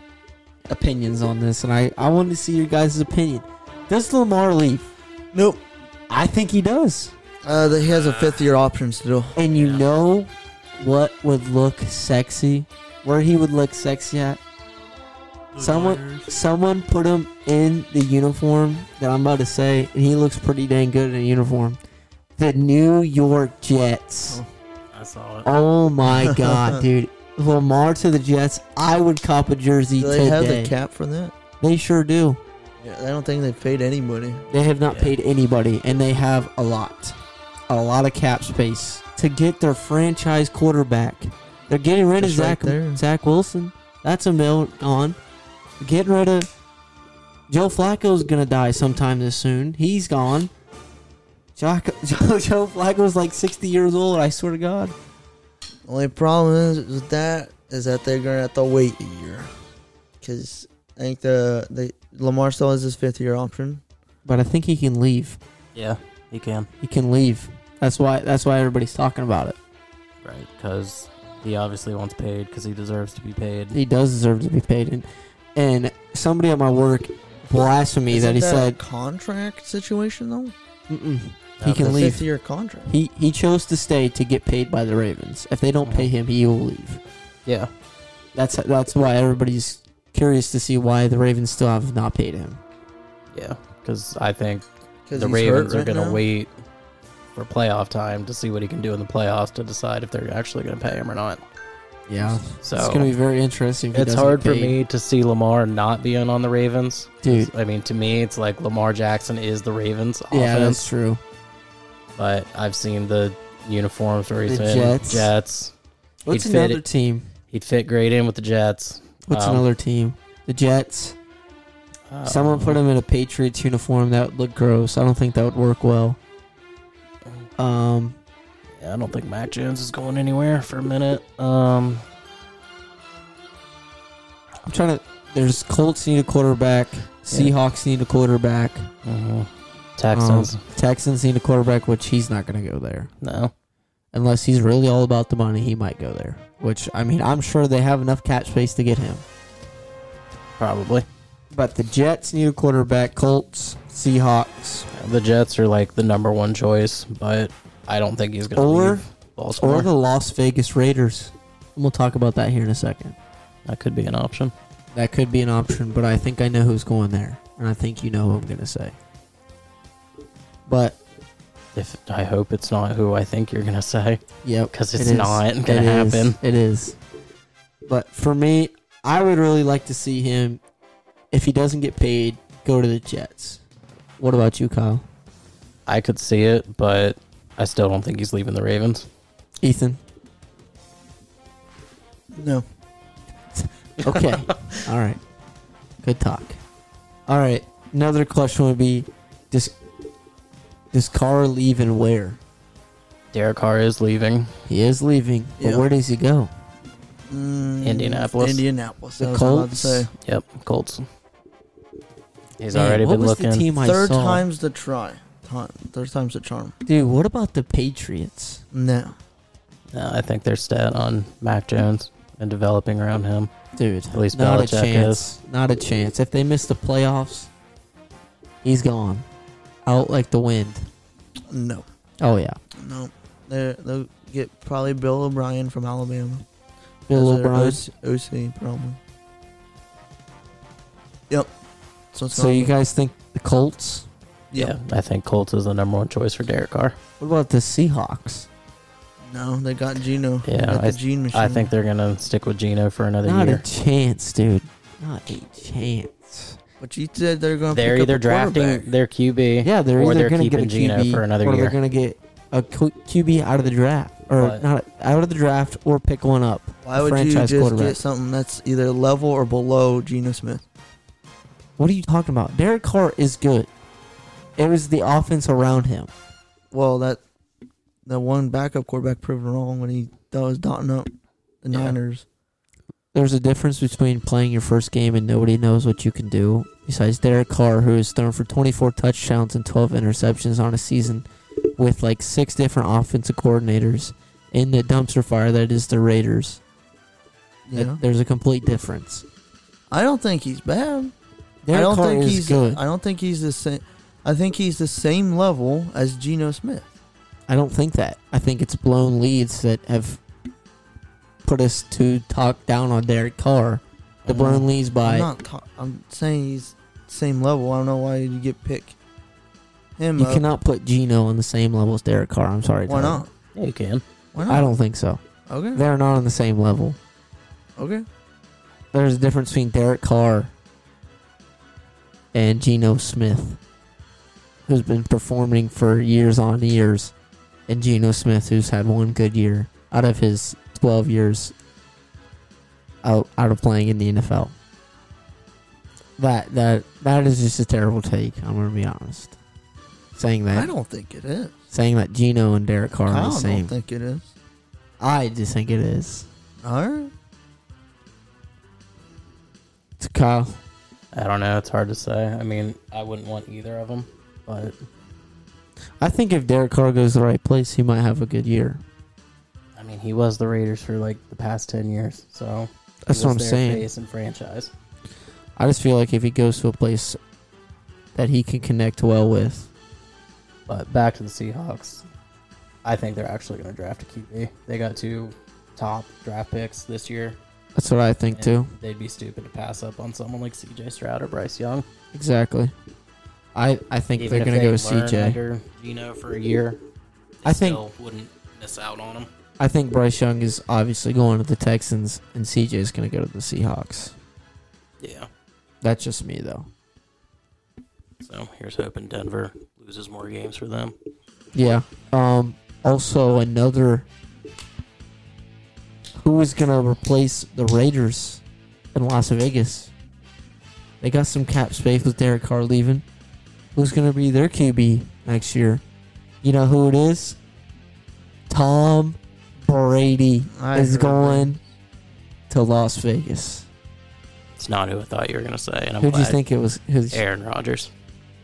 Speaker 1: opinions on this, and I, I wanted to see your guys' opinion. Does Lamar leave?
Speaker 2: Nope.
Speaker 1: I think he does.
Speaker 2: Uh, that he has a fifth year option still.
Speaker 1: And you
Speaker 3: Yeah.
Speaker 1: know what would look sexy? Where he would look sexy at? Someone someone put him in the uniform that I'm about to say, and he looks pretty dang good in a uniform. The New York Jets.
Speaker 3: I saw it.
Speaker 1: Oh my god, dude. Lamar to the Jets. I would cop a jersey
Speaker 2: Do they have
Speaker 1: today.
Speaker 2: the cap for that?
Speaker 1: they sure do.
Speaker 2: Yeah, I don't think they paid anybody.
Speaker 1: They have not
Speaker 3: Yeah.
Speaker 1: paid anybody, and they have a lot, a lot of cap space to get their franchise quarterback. They're getting rid
Speaker 2: Just
Speaker 1: of
Speaker 2: right
Speaker 1: Zach
Speaker 2: there.
Speaker 1: Zach Wilson. That's a mill on. Getting rid of Joe Flacco's gonna die sometime this soon. He's gone. Jock, Joe, Joe Flacco's like sixty years old. I swear to God.
Speaker 2: Only problem is with that is that they're gonna have to wait a year, because I think the the Lamar still has his fifth year option.
Speaker 1: But I think he can leave.
Speaker 3: Yeah, he can.
Speaker 1: He can leave. That's why. That's why everybody's talking about it.
Speaker 3: Right, because he obviously wants paid because he deserves to be paid.
Speaker 1: He does deserve to be paid. And and somebody at my work blasphemy
Speaker 2: Isn't
Speaker 1: that he
Speaker 2: that
Speaker 1: said
Speaker 2: a contract situation though.
Speaker 1: Mm-mm.
Speaker 3: No,
Speaker 1: He can
Speaker 2: The
Speaker 1: leave.
Speaker 2: fifth year contract.
Speaker 1: He he chose to stay to get paid by the Ravens. If they don't pay him, he will leave.
Speaker 3: Yeah.
Speaker 1: That's that's why everybody's curious to see why the Ravens still have not paid him.
Speaker 3: Yeah, because I think
Speaker 2: 'Cause
Speaker 3: the
Speaker 2: he's hurt
Speaker 3: Ravens are
Speaker 2: right
Speaker 3: going to
Speaker 2: now.
Speaker 3: wait for playoff time to see what he can do in the playoffs to decide if they're actually going to pay him or not.
Speaker 1: Yeah,
Speaker 3: So
Speaker 1: it's gonna be very interesting. If he
Speaker 3: it's
Speaker 1: doesn't
Speaker 3: hard for
Speaker 1: pay.
Speaker 3: me to see Lamar not being on the Ravens.
Speaker 1: dude.
Speaker 3: I mean, to me, it's like Lamar Jackson is the Ravens offense,
Speaker 1: Yeah, that's true.
Speaker 3: but I've seen the uniforms where he's
Speaker 1: The
Speaker 3: in
Speaker 1: Jets.
Speaker 3: Jets.
Speaker 1: What's
Speaker 3: He'd fit
Speaker 1: another
Speaker 3: it-
Speaker 1: team?
Speaker 3: He'd fit great in with the Jets.
Speaker 1: What's
Speaker 3: Um,
Speaker 1: another team? The Jets.
Speaker 3: Uh,
Speaker 1: Someone put him in a Patriots uniform. That would look gross. I don't think that would work well. Um,
Speaker 3: Yeah, I don't think Mac Jones is going anywhere for a minute. Um,
Speaker 1: I'm trying to. There's Colts need a quarterback. Seahawks need a quarterback.
Speaker 3: mhm. Texans,
Speaker 1: Um, Texans need a quarterback, which he's not going to go there.
Speaker 3: no.
Speaker 1: Unless he's really all about the money, he might go there. Which I mean, I'm sure they have enough cap space to get him.
Speaker 3: Probably.
Speaker 1: But the Jets need a quarterback. Colts, Seahawks,
Speaker 3: The Jets are like the number one choice, but I don't think he's gonna
Speaker 1: Or-
Speaker 3: leave Baltimore.
Speaker 1: or the Las Vegas Raiders. And we'll talk about that here in a second.
Speaker 3: that could be an option.
Speaker 1: That could be an option, but I think I know who's going there, and I think you know who I'm going to say. But
Speaker 3: If I hope it's not who I think you're gonna say,
Speaker 1: yep,
Speaker 3: because
Speaker 1: It
Speaker 3: it's
Speaker 1: is.
Speaker 3: not gonna
Speaker 1: it is.
Speaker 3: happen.
Speaker 1: It is. But for me, I would really like to see him. If he doesn't get paid, go to the Jets. What about you, Kyle?
Speaker 3: I could see it, but I still don't think he's leaving the Ravens.
Speaker 1: Ethan.
Speaker 2: No.
Speaker 1: Okay. All right. Good talk. All right. Another question would be does, does Carr leave and where?
Speaker 3: Derek Carr is leaving.
Speaker 1: He is leaving, but
Speaker 2: Yeah.
Speaker 1: where does he go?
Speaker 2: Mm,
Speaker 3: Indianapolis.
Speaker 2: Indianapolis.
Speaker 1: The
Speaker 2: that was what I was about to
Speaker 1: Colts?
Speaker 2: say.
Speaker 3: Yep, Colts. He's
Speaker 1: Man,
Speaker 3: already
Speaker 1: what
Speaker 3: been
Speaker 1: was
Speaker 3: looking.
Speaker 1: The team I
Speaker 2: Third
Speaker 1: saw?
Speaker 2: time's the try. Time, third time's the charm.
Speaker 1: dude. What about the Patriots?
Speaker 2: No.
Speaker 3: No, I think they're stat on Mac Jones and developing around him.
Speaker 1: Dude,
Speaker 3: At least
Speaker 1: not a
Speaker 3: Belichick
Speaker 1: chance. Not a chance. If they miss the playoffs, he's gone, out like the wind.
Speaker 2: No.
Speaker 1: Oh yeah,
Speaker 2: No. They're, they'll get probably Bill O'Brien from Alabama.
Speaker 1: Bill
Speaker 2: as their
Speaker 1: O'Brien.
Speaker 2: O- OC, probably. Yep. So, it's
Speaker 1: So
Speaker 2: gonna
Speaker 1: you
Speaker 2: be-
Speaker 1: guys think the Colts?
Speaker 2: Yep.
Speaker 3: Yeah, I think Colts is the number one choice for Derek Carr.
Speaker 1: What about the Seahawks?
Speaker 2: No, they got Gino.
Speaker 3: Yeah,
Speaker 2: they got
Speaker 3: I-
Speaker 2: the Gene machine.
Speaker 3: I think they're gonna stick with Gino for another
Speaker 1: Not
Speaker 3: year.
Speaker 1: a chance, dude. Not a chance.
Speaker 2: But you said they're going.
Speaker 3: They're either drafting their QB.
Speaker 1: Yeah, they're
Speaker 3: Or
Speaker 1: either
Speaker 3: they're
Speaker 1: going to get a
Speaker 3: keeping Geno
Speaker 1: QB
Speaker 3: for another
Speaker 1: or
Speaker 3: year.
Speaker 1: they're going to get a Q- QB out of the draft, or
Speaker 3: But-
Speaker 1: not out of the draft, or pick one up.
Speaker 2: Why would you
Speaker 1: franchise
Speaker 2: just
Speaker 1: quarterback.
Speaker 2: get something that's either level or below Geno Smith?
Speaker 1: What are you talking about? Derek Carr is good. It was the offense around him.
Speaker 2: Well, that that one backup quarterback proved wrong when he that was dotting up the
Speaker 3: Yeah.
Speaker 2: Niners.
Speaker 1: There's a difference between playing your first game and nobody knows what you can do. Besides Derek Carr, who has thrown for 24 touchdowns and 12 interceptions on a season with like six different offensive coordinators in the dumpster fire that is the Raiders.
Speaker 2: Yeah,
Speaker 1: That- There's a complete difference.
Speaker 2: I don't think he's bad.
Speaker 1: Derek
Speaker 2: I don't
Speaker 1: Carr
Speaker 2: think
Speaker 1: is
Speaker 2: he's.
Speaker 1: good.
Speaker 2: I don't think he's the same. I think he's the same level as Geno Smith.
Speaker 1: I don't think that. I think it's blown leads that have put us to talk down on Derek Carr. The
Speaker 3: Mm-hmm.
Speaker 1: blown leads by
Speaker 2: Mm-hmm. I'm not. Ta- I'm saying he's same level. I don't know why you get pick him.
Speaker 1: You
Speaker 2: up.
Speaker 1: cannot put Gino on the same level as Derek Carr. I'm sorry.
Speaker 2: Why
Speaker 1: Tyler.
Speaker 2: not?
Speaker 3: Yeah, you can.
Speaker 2: Why not?
Speaker 1: I don't think so.
Speaker 2: Okay.
Speaker 1: They're not on the same level.
Speaker 2: Okay.
Speaker 1: There's a difference between Derek Carr and Geno Smith, who's been performing for years on years, and Geno Smith, who's had one good year out of his 12 years out out of playing in the NFL. That that that is just a terrible take. I'm gonna be honest. Saying that
Speaker 2: I don't think it is.
Speaker 1: saying that Gino and Derek Carr
Speaker 2: I
Speaker 1: are the
Speaker 2: don't
Speaker 1: same.
Speaker 2: think it is.
Speaker 1: I just think it is.
Speaker 2: All right.
Speaker 1: It's Kyle.
Speaker 3: I don't know. It's hard to say. I mean, I wouldn't want either of them, but
Speaker 1: I think if Derek Carr goes the right place, he might have a good year.
Speaker 3: I mean, he was the Raiders for like the past ten years, so he
Speaker 1: That's what
Speaker 3: was
Speaker 1: I'm
Speaker 3: their
Speaker 1: saying.
Speaker 3: Face and franchise.
Speaker 1: I just feel like if he goes to a place that he can connect well with,
Speaker 3: But back to the Seahawks, I think they're actually going to draft a QB. They got two top draft picks this year.
Speaker 1: that's what I think
Speaker 3: Yeah.
Speaker 1: too.
Speaker 3: They'd be stupid to pass up on someone like CJ Stroud or Bryce Young.
Speaker 1: Exactly. I I think they're gonna go with CJ.
Speaker 3: under Gino for a year.
Speaker 1: I think- still
Speaker 3: wouldn't miss out on him.
Speaker 1: I think Bryce Young is obviously going to the Texans, and CJ is gonna go to the Seahawks.
Speaker 3: Yeah.
Speaker 1: That's just me though.
Speaker 3: So here's hoping Denver loses more games for them.
Speaker 1: Yeah. Um. Also, another. Who is gonna replace the Raiders in Las Vegas? They got some cap space with Derek Carr leaving. Who's gonna be their QB next year? You know who it is? Tom Brady
Speaker 2: I
Speaker 1: is
Speaker 2: heard
Speaker 1: going to Las Vegas.
Speaker 3: It's not who I thought you were going to say, and I'm
Speaker 1: Who do you
Speaker 3: glad.
Speaker 1: think it was? Who's,
Speaker 3: Aaron Rodgers.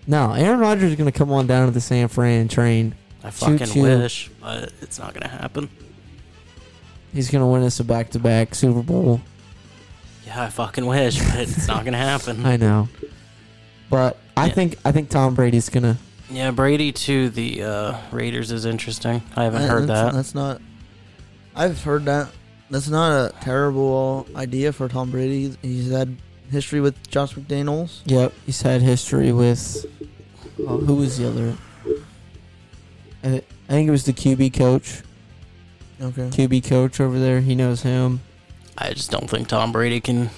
Speaker 1: no, Aaron Rodgers is gonna come on down to the San Fran train
Speaker 3: I fucking
Speaker 1: Choo-choo.
Speaker 3: wish, but it's not gonna happen.
Speaker 1: He's gonna win us a back-to-back Super Bowl.
Speaker 3: Yeah, I fucking wish, but it's not gonna happen.
Speaker 1: I know, but I
Speaker 3: Yeah.
Speaker 1: think I think Tom Brady's gonna.
Speaker 3: Yeah, Brady to the uh, Raiders is interesting. I haven't
Speaker 2: Uh,
Speaker 3: heard
Speaker 2: that's,
Speaker 3: that.
Speaker 2: That's not. I've heard that. That's not a terrible idea for Tom Brady. He's had history with Josh McDaniels.
Speaker 1: Yep, he's had history with. oh, who was the other? I, I think it was the QB coach.
Speaker 2: Okay.
Speaker 1: QB coach over there. He knows him.
Speaker 3: I just don't think Tom Brady can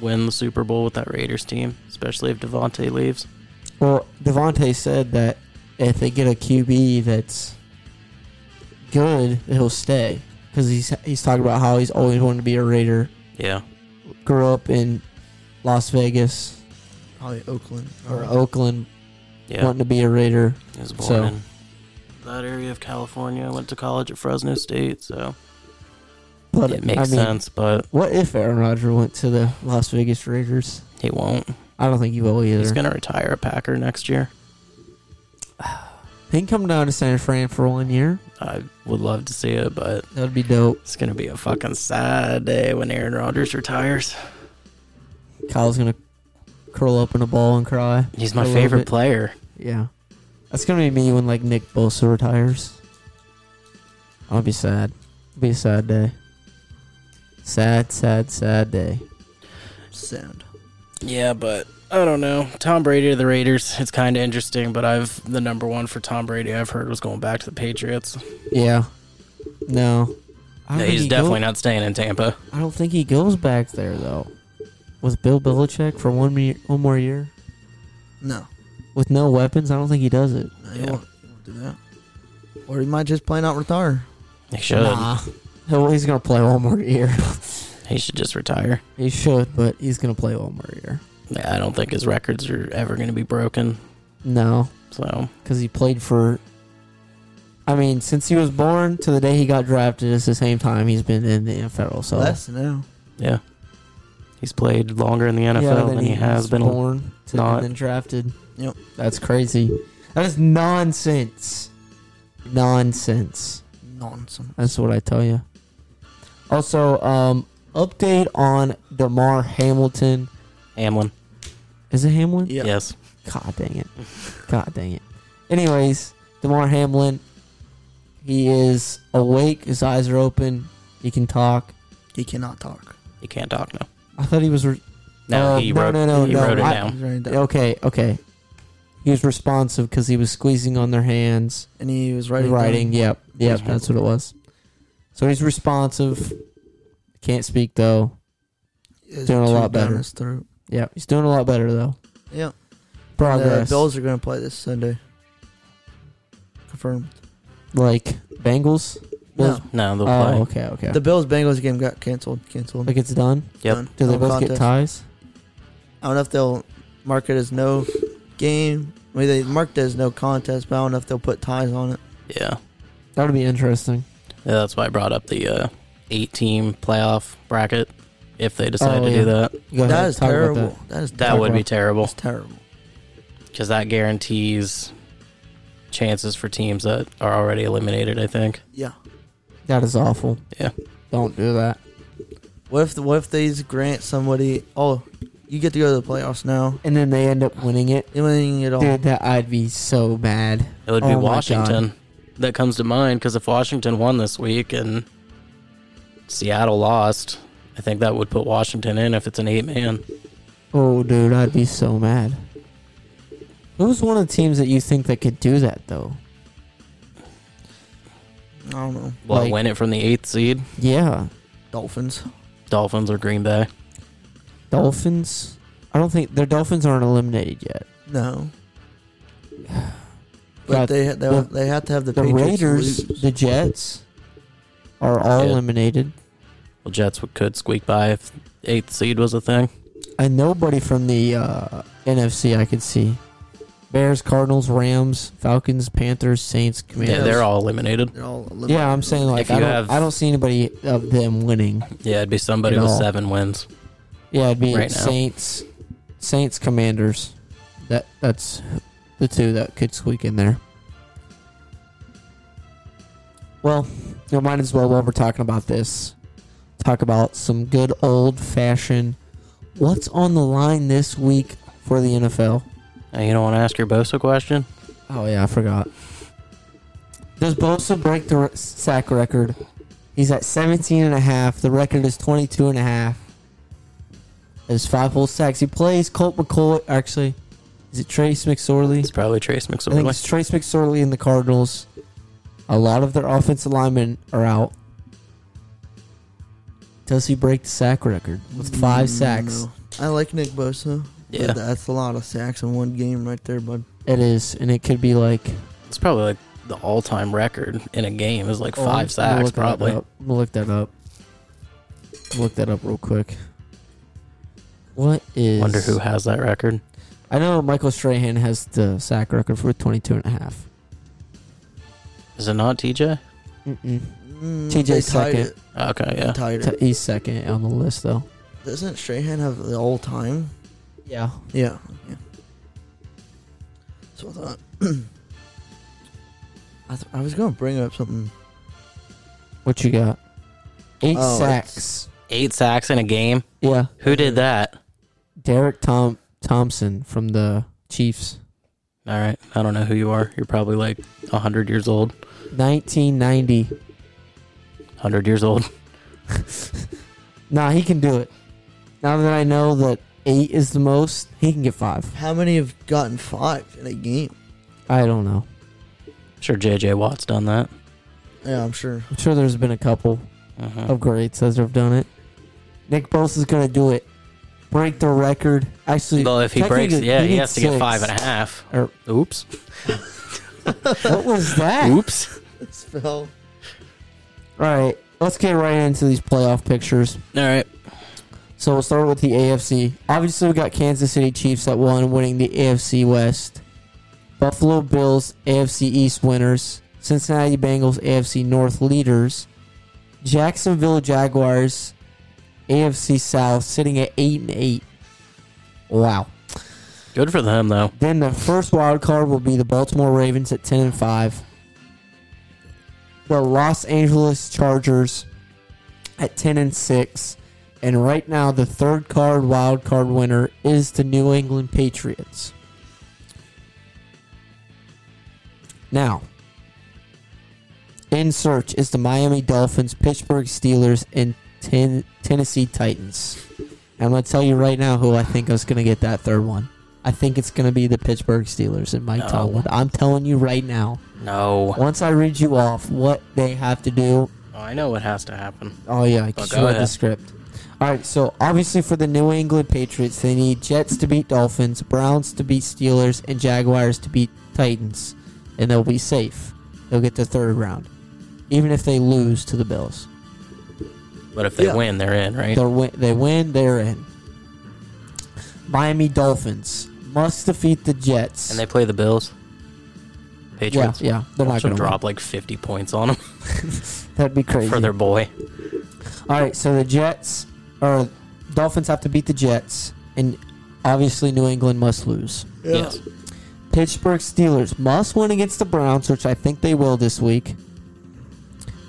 Speaker 3: win the Super Bowl with that Raiders team, especially if Devontae leaves.
Speaker 1: Well, Devontae said that if they get a QB that's good, that he'll stay because he's he's talking about how he's always wanted to be a Raider.
Speaker 3: Yeah,
Speaker 1: Grew up in Las Vegas
Speaker 2: Probably Oakland. Oh,
Speaker 1: or Oakland,
Speaker 3: yeah.
Speaker 1: wanting to be a Raider.
Speaker 3: He was born
Speaker 1: So-
Speaker 3: in that area of California. Went to college at Fresno State, so
Speaker 1: But
Speaker 3: it makes
Speaker 1: I mean,
Speaker 3: sense. But
Speaker 1: What if Aaron Rodgers went to the Las Vegas Raiders?
Speaker 3: he won't.
Speaker 1: I don't think he will either.
Speaker 3: He's gonna retire a Packer next year.
Speaker 1: He can come down to San Fran for one year.
Speaker 3: I would love to see it, but
Speaker 1: That would be dope.
Speaker 3: it's gonna be a fucking sad day when Aaron Rodgers retires.
Speaker 1: Kyle's gonna curl up in a ball and cry.
Speaker 3: He's
Speaker 1: I
Speaker 3: my
Speaker 1: love
Speaker 3: favorite
Speaker 1: it.
Speaker 3: player.
Speaker 1: Yeah, that's gonna be me when like Nick Bosa retires. I'll be sad. It'll be a sad day. Sad, sad, sad day.
Speaker 2: Sound.
Speaker 3: Yeah, but I don't know. Tom Brady to the Raiders. It's kind of interesting, but I've the number one for Tom Brady I've heard was going back to the Patriots.
Speaker 1: Yeah. No. I don't
Speaker 3: Yeah,
Speaker 1: think
Speaker 3: he's
Speaker 1: he
Speaker 3: definitely not staying in Tampa.
Speaker 1: Go- I don't think he goes back there though. With Bill Belichick for one me- one more year
Speaker 2: No.
Speaker 1: with no weapons, I don't think he does it.
Speaker 2: no he
Speaker 3: Yeah.
Speaker 2: won't, he won't do that. Or he might just plain out retire.
Speaker 3: He should.
Speaker 1: Nah. He'll- he's gonna play one more year.
Speaker 3: He should just retire.
Speaker 1: he should, but he's gonna play one more year.
Speaker 3: Yeah, I don't think his records are ever going to be broken.
Speaker 1: No,
Speaker 3: So
Speaker 1: because he played for. I mean, since he was born to the day he got drafted, it's the same time he's been in the NFL. So
Speaker 2: Less now.
Speaker 3: yeah, he's played longer in the NFL
Speaker 1: Yeah,
Speaker 3: than
Speaker 1: then
Speaker 3: he has
Speaker 1: was
Speaker 3: been.
Speaker 1: born to
Speaker 3: not-
Speaker 1: and then drafted.
Speaker 2: Yep.
Speaker 1: that's crazy. That is nonsense. Nonsense.
Speaker 2: Nonsense.
Speaker 1: That's what I tell you. Also, um, update on Damar Hamilton.
Speaker 3: Hamlin.
Speaker 1: Is it Hamlin?
Speaker 2: Yeah.
Speaker 3: Yes.
Speaker 1: God dang it. God dang it. Anyways, DeMar Hamlin, he is awake. His eyes are open. He can talk.
Speaker 2: He cannot talk.
Speaker 3: He can't talk now.
Speaker 1: I thought he was. Re-
Speaker 3: No,
Speaker 1: Uh,
Speaker 3: he
Speaker 1: no,
Speaker 3: wrote.
Speaker 1: no, no,
Speaker 3: he
Speaker 1: no,
Speaker 3: wrote it
Speaker 1: I-
Speaker 3: down.
Speaker 2: He's already done.
Speaker 1: okay, okay. He was responsive because he was squeezing on their hands.
Speaker 2: And he was writing.
Speaker 1: Writing. Yep. Yep.
Speaker 3: He's
Speaker 1: That's what it was. So he's responsive. Can't speak, though.
Speaker 2: He's
Speaker 1: Doing a lot better.
Speaker 2: Down his throat.
Speaker 1: Yep. He's doing a lot better, though.
Speaker 2: Yeah. The
Speaker 1: Progress.
Speaker 2: Bills are going to play this Sunday. Confirmed.
Speaker 1: like Bengals? Bills-
Speaker 3: No, they'll
Speaker 1: Oh,
Speaker 3: play.
Speaker 1: okay, okay.
Speaker 2: The Bills Bengals game got canceled. Canceled.
Speaker 1: like it's done?
Speaker 3: Yep.
Speaker 2: Done.
Speaker 1: Do they
Speaker 2: No
Speaker 1: both get
Speaker 2: contest.
Speaker 1: ties?
Speaker 2: I don't know if they'll mark it as no game. I mean, they marked it as no contest, but I don't know if they'll put ties on it.
Speaker 3: Yeah.
Speaker 1: That would be interesting.
Speaker 3: Yeah, that's why I brought up the uh, eight-team playoff bracket. If they decide
Speaker 1: Oh,
Speaker 3: to
Speaker 1: yeah.
Speaker 3: do that,
Speaker 1: Go ahead,
Speaker 2: that is
Speaker 1: talk about
Speaker 2: terrible.
Speaker 1: that.
Speaker 2: that is
Speaker 3: that
Speaker 1: Talk
Speaker 3: would be
Speaker 1: about-
Speaker 3: terrible
Speaker 2: That's terrible.
Speaker 3: because that guarantees chances for teams that are already eliminated. I think.
Speaker 2: Yeah.
Speaker 1: That is awful.
Speaker 3: Yeah.
Speaker 1: Don't do that.
Speaker 2: What if what if they grant somebody? Oh, you get to go to the playoffs now.
Speaker 1: And then they end up winning it.
Speaker 2: You're winning it all.
Speaker 1: Dude, that I'd be so mad.
Speaker 3: It would be
Speaker 1: Oh my
Speaker 3: Washington that comes to mind because if Washington won this week and Seattle lost, I think that would put Washington in if it's an eight man.
Speaker 1: Oh, dude, I'd be so mad. Who's one of the teams that you think that could do that though?
Speaker 2: I don't know.
Speaker 3: Well,
Speaker 1: Like-
Speaker 3: win it from the eighth seed,
Speaker 1: Yeah,
Speaker 2: Dolphins.
Speaker 3: Dolphins or Green Bay.
Speaker 1: Dolphins. I don't think their Dolphins aren't eliminated yet.
Speaker 2: No.
Speaker 1: Got
Speaker 2: But they they
Speaker 1: the-
Speaker 2: they have to have the,
Speaker 1: The
Speaker 2: Patriots
Speaker 1: Raiders,
Speaker 2: lose.
Speaker 1: the Jets, are all
Speaker 3: Yeah.
Speaker 1: eliminated,
Speaker 3: Well, Jets would- could squeak by if eighth seed was a thing.
Speaker 1: and nobody from the uh, NFC I could see. Bears, Cardinals, Rams, Falcons, Panthers, Saints,
Speaker 3: Yeah,
Speaker 1: Commanders.
Speaker 3: they're all eliminated.
Speaker 2: They're all eliminated.
Speaker 1: Yeah, I'm saying like
Speaker 3: If
Speaker 1: I
Speaker 3: you
Speaker 1: don't,
Speaker 3: have-
Speaker 1: I don't see anybody of them winning.
Speaker 3: Yeah, it'd be somebody
Speaker 1: At
Speaker 3: with
Speaker 1: all.
Speaker 3: seven wins.
Speaker 1: Yeah, it'd be
Speaker 3: Right now.
Speaker 1: Saints, Saints, Commanders. That that's the two that could squeak in there. Well, you might as well while we're talking about this, talk about some good old fashioned. What's on the line this week for the NFL?
Speaker 3: Uh, you don't want to ask your Bosa question?
Speaker 1: Oh yeah, I forgot. Does Bosa break the re- sack record? He's at 17 and a half. The record is 22 and a half. There's five whole sacks. He plays Colt McCoy. Actually, is it Trace McSorley?
Speaker 3: It's probably Trace
Speaker 1: I think it's
Speaker 3: McSorley.
Speaker 1: Trace McSorley and the Cardinals. A lot of their offensive linemen are out. Does he break the sack record with
Speaker 2: Mm,
Speaker 1: five sacks?
Speaker 2: No. I like Nick Bosa. but
Speaker 3: Yeah,
Speaker 2: that's a lot of sacks in one game right there, bud.
Speaker 1: It is, and it could be like
Speaker 3: it's probably like the all-time record in a game is like
Speaker 1: five
Speaker 3: five sacks, probably.
Speaker 1: I'm gonna look that up. Look that up real quick. What is?
Speaker 3: Wonder who has that record.
Speaker 1: I know Michael Strahan has the sack record for 22 and a half.
Speaker 3: Is it not TJ?
Speaker 1: Mm-mm.
Speaker 2: Mm,
Speaker 1: TJ
Speaker 2: they tied
Speaker 1: second.
Speaker 2: it.
Speaker 3: Okay, yeah.
Speaker 2: Tied
Speaker 1: T-
Speaker 2: it.
Speaker 1: He's second on the list though.
Speaker 2: Doesn't Strahan have the all time?
Speaker 1: Yeah.
Speaker 2: Yeah. yeah. So I thought. I, th- I was going to bring up something.
Speaker 1: What you got? Eight
Speaker 2: Oh, it's-
Speaker 1: sacks.
Speaker 3: Eight sacks in a game.
Speaker 1: Yeah.
Speaker 3: Who did that?
Speaker 1: Derek Tom Thompson from the Chiefs,
Speaker 3: All right, I don't know who you are. You're probably like hundred years old.
Speaker 1: 1990.
Speaker 3: Hundred years old.
Speaker 1: Nah, he can do it. Now that I know that eight is the most, he can get five.
Speaker 2: How many have gotten five in a game?
Speaker 1: I don't know.
Speaker 3: Sure, JJ Watt's done that.
Speaker 2: Yeah, I'm sure.
Speaker 1: I'm sure there's been a couple
Speaker 3: Uh-huh.
Speaker 1: of greats that have done it. Nick Bosa's is gonna do it. Break the record. Actually,
Speaker 3: Well, if he breaks,
Speaker 1: technically,
Speaker 3: yeah, he,
Speaker 1: needs
Speaker 3: has to
Speaker 1: six. Er,
Speaker 3: get five and a half.
Speaker 1: Or-
Speaker 3: Oops.
Speaker 1: What was that? All
Speaker 3: Oops.
Speaker 2: Spell.
Speaker 1: right, let's get right into these playoff pictures.
Speaker 3: All right.
Speaker 1: So we'll start with the AFC. Obviously, we got Kansas City Chiefs at one, winning the AFC West. Buffalo Bills AFC East winners. Cincinnati Bengals AFC North leaders. Jacksonville Jaguars AFC South sitting at eight and eight. Wow.
Speaker 3: Good for them though.
Speaker 1: Then the first wild card will be the Baltimore Ravens at ten and five. The Los Angeles Chargers at ten and six. And right now the third card wild card winner is the New England Patriots. Now in search is the Miami Dolphins, Pittsburgh Steelers, and ten- Tennessee Titans. And I'm going to tell you right now who I think is going to get that third one. I think it's going to be the Pittsburgh Steelers and Mike
Speaker 3: No.
Speaker 1: Tomlin. I'm telling you right now.
Speaker 3: No.
Speaker 1: Once I read you off what they have to do,
Speaker 3: Oh, I know what has to happen.
Speaker 1: Oh yeah, I
Speaker 3: Oh,
Speaker 1: just
Speaker 3: go
Speaker 1: read the
Speaker 3: ahead.
Speaker 1: script. All right, so obviously for the New England Patriots, they need Jets to beat Dolphins, Browns to beat Steelers, and Jaguars to beat Titans, and they'll be safe. They'll get the third round, even if they lose to the Bills.
Speaker 3: But if they
Speaker 2: Yeah.
Speaker 3: win, they're in, right?
Speaker 1: They're win- they win, they're in. Miami Dolphins must defeat the Jets.
Speaker 3: And they play the Bills.
Speaker 1: yeah,
Speaker 3: Patriots.
Speaker 1: yeah, they're not
Speaker 3: Should
Speaker 1: going to
Speaker 3: drop like 50 points on them
Speaker 1: That'd be crazy.
Speaker 3: for their boy.
Speaker 1: All right, so the Jets or Dolphins have to beat the Jets, and obviously New England must lose.
Speaker 3: Yes.
Speaker 1: Pittsburgh Steelers must win against the Browns, which I think they will this week.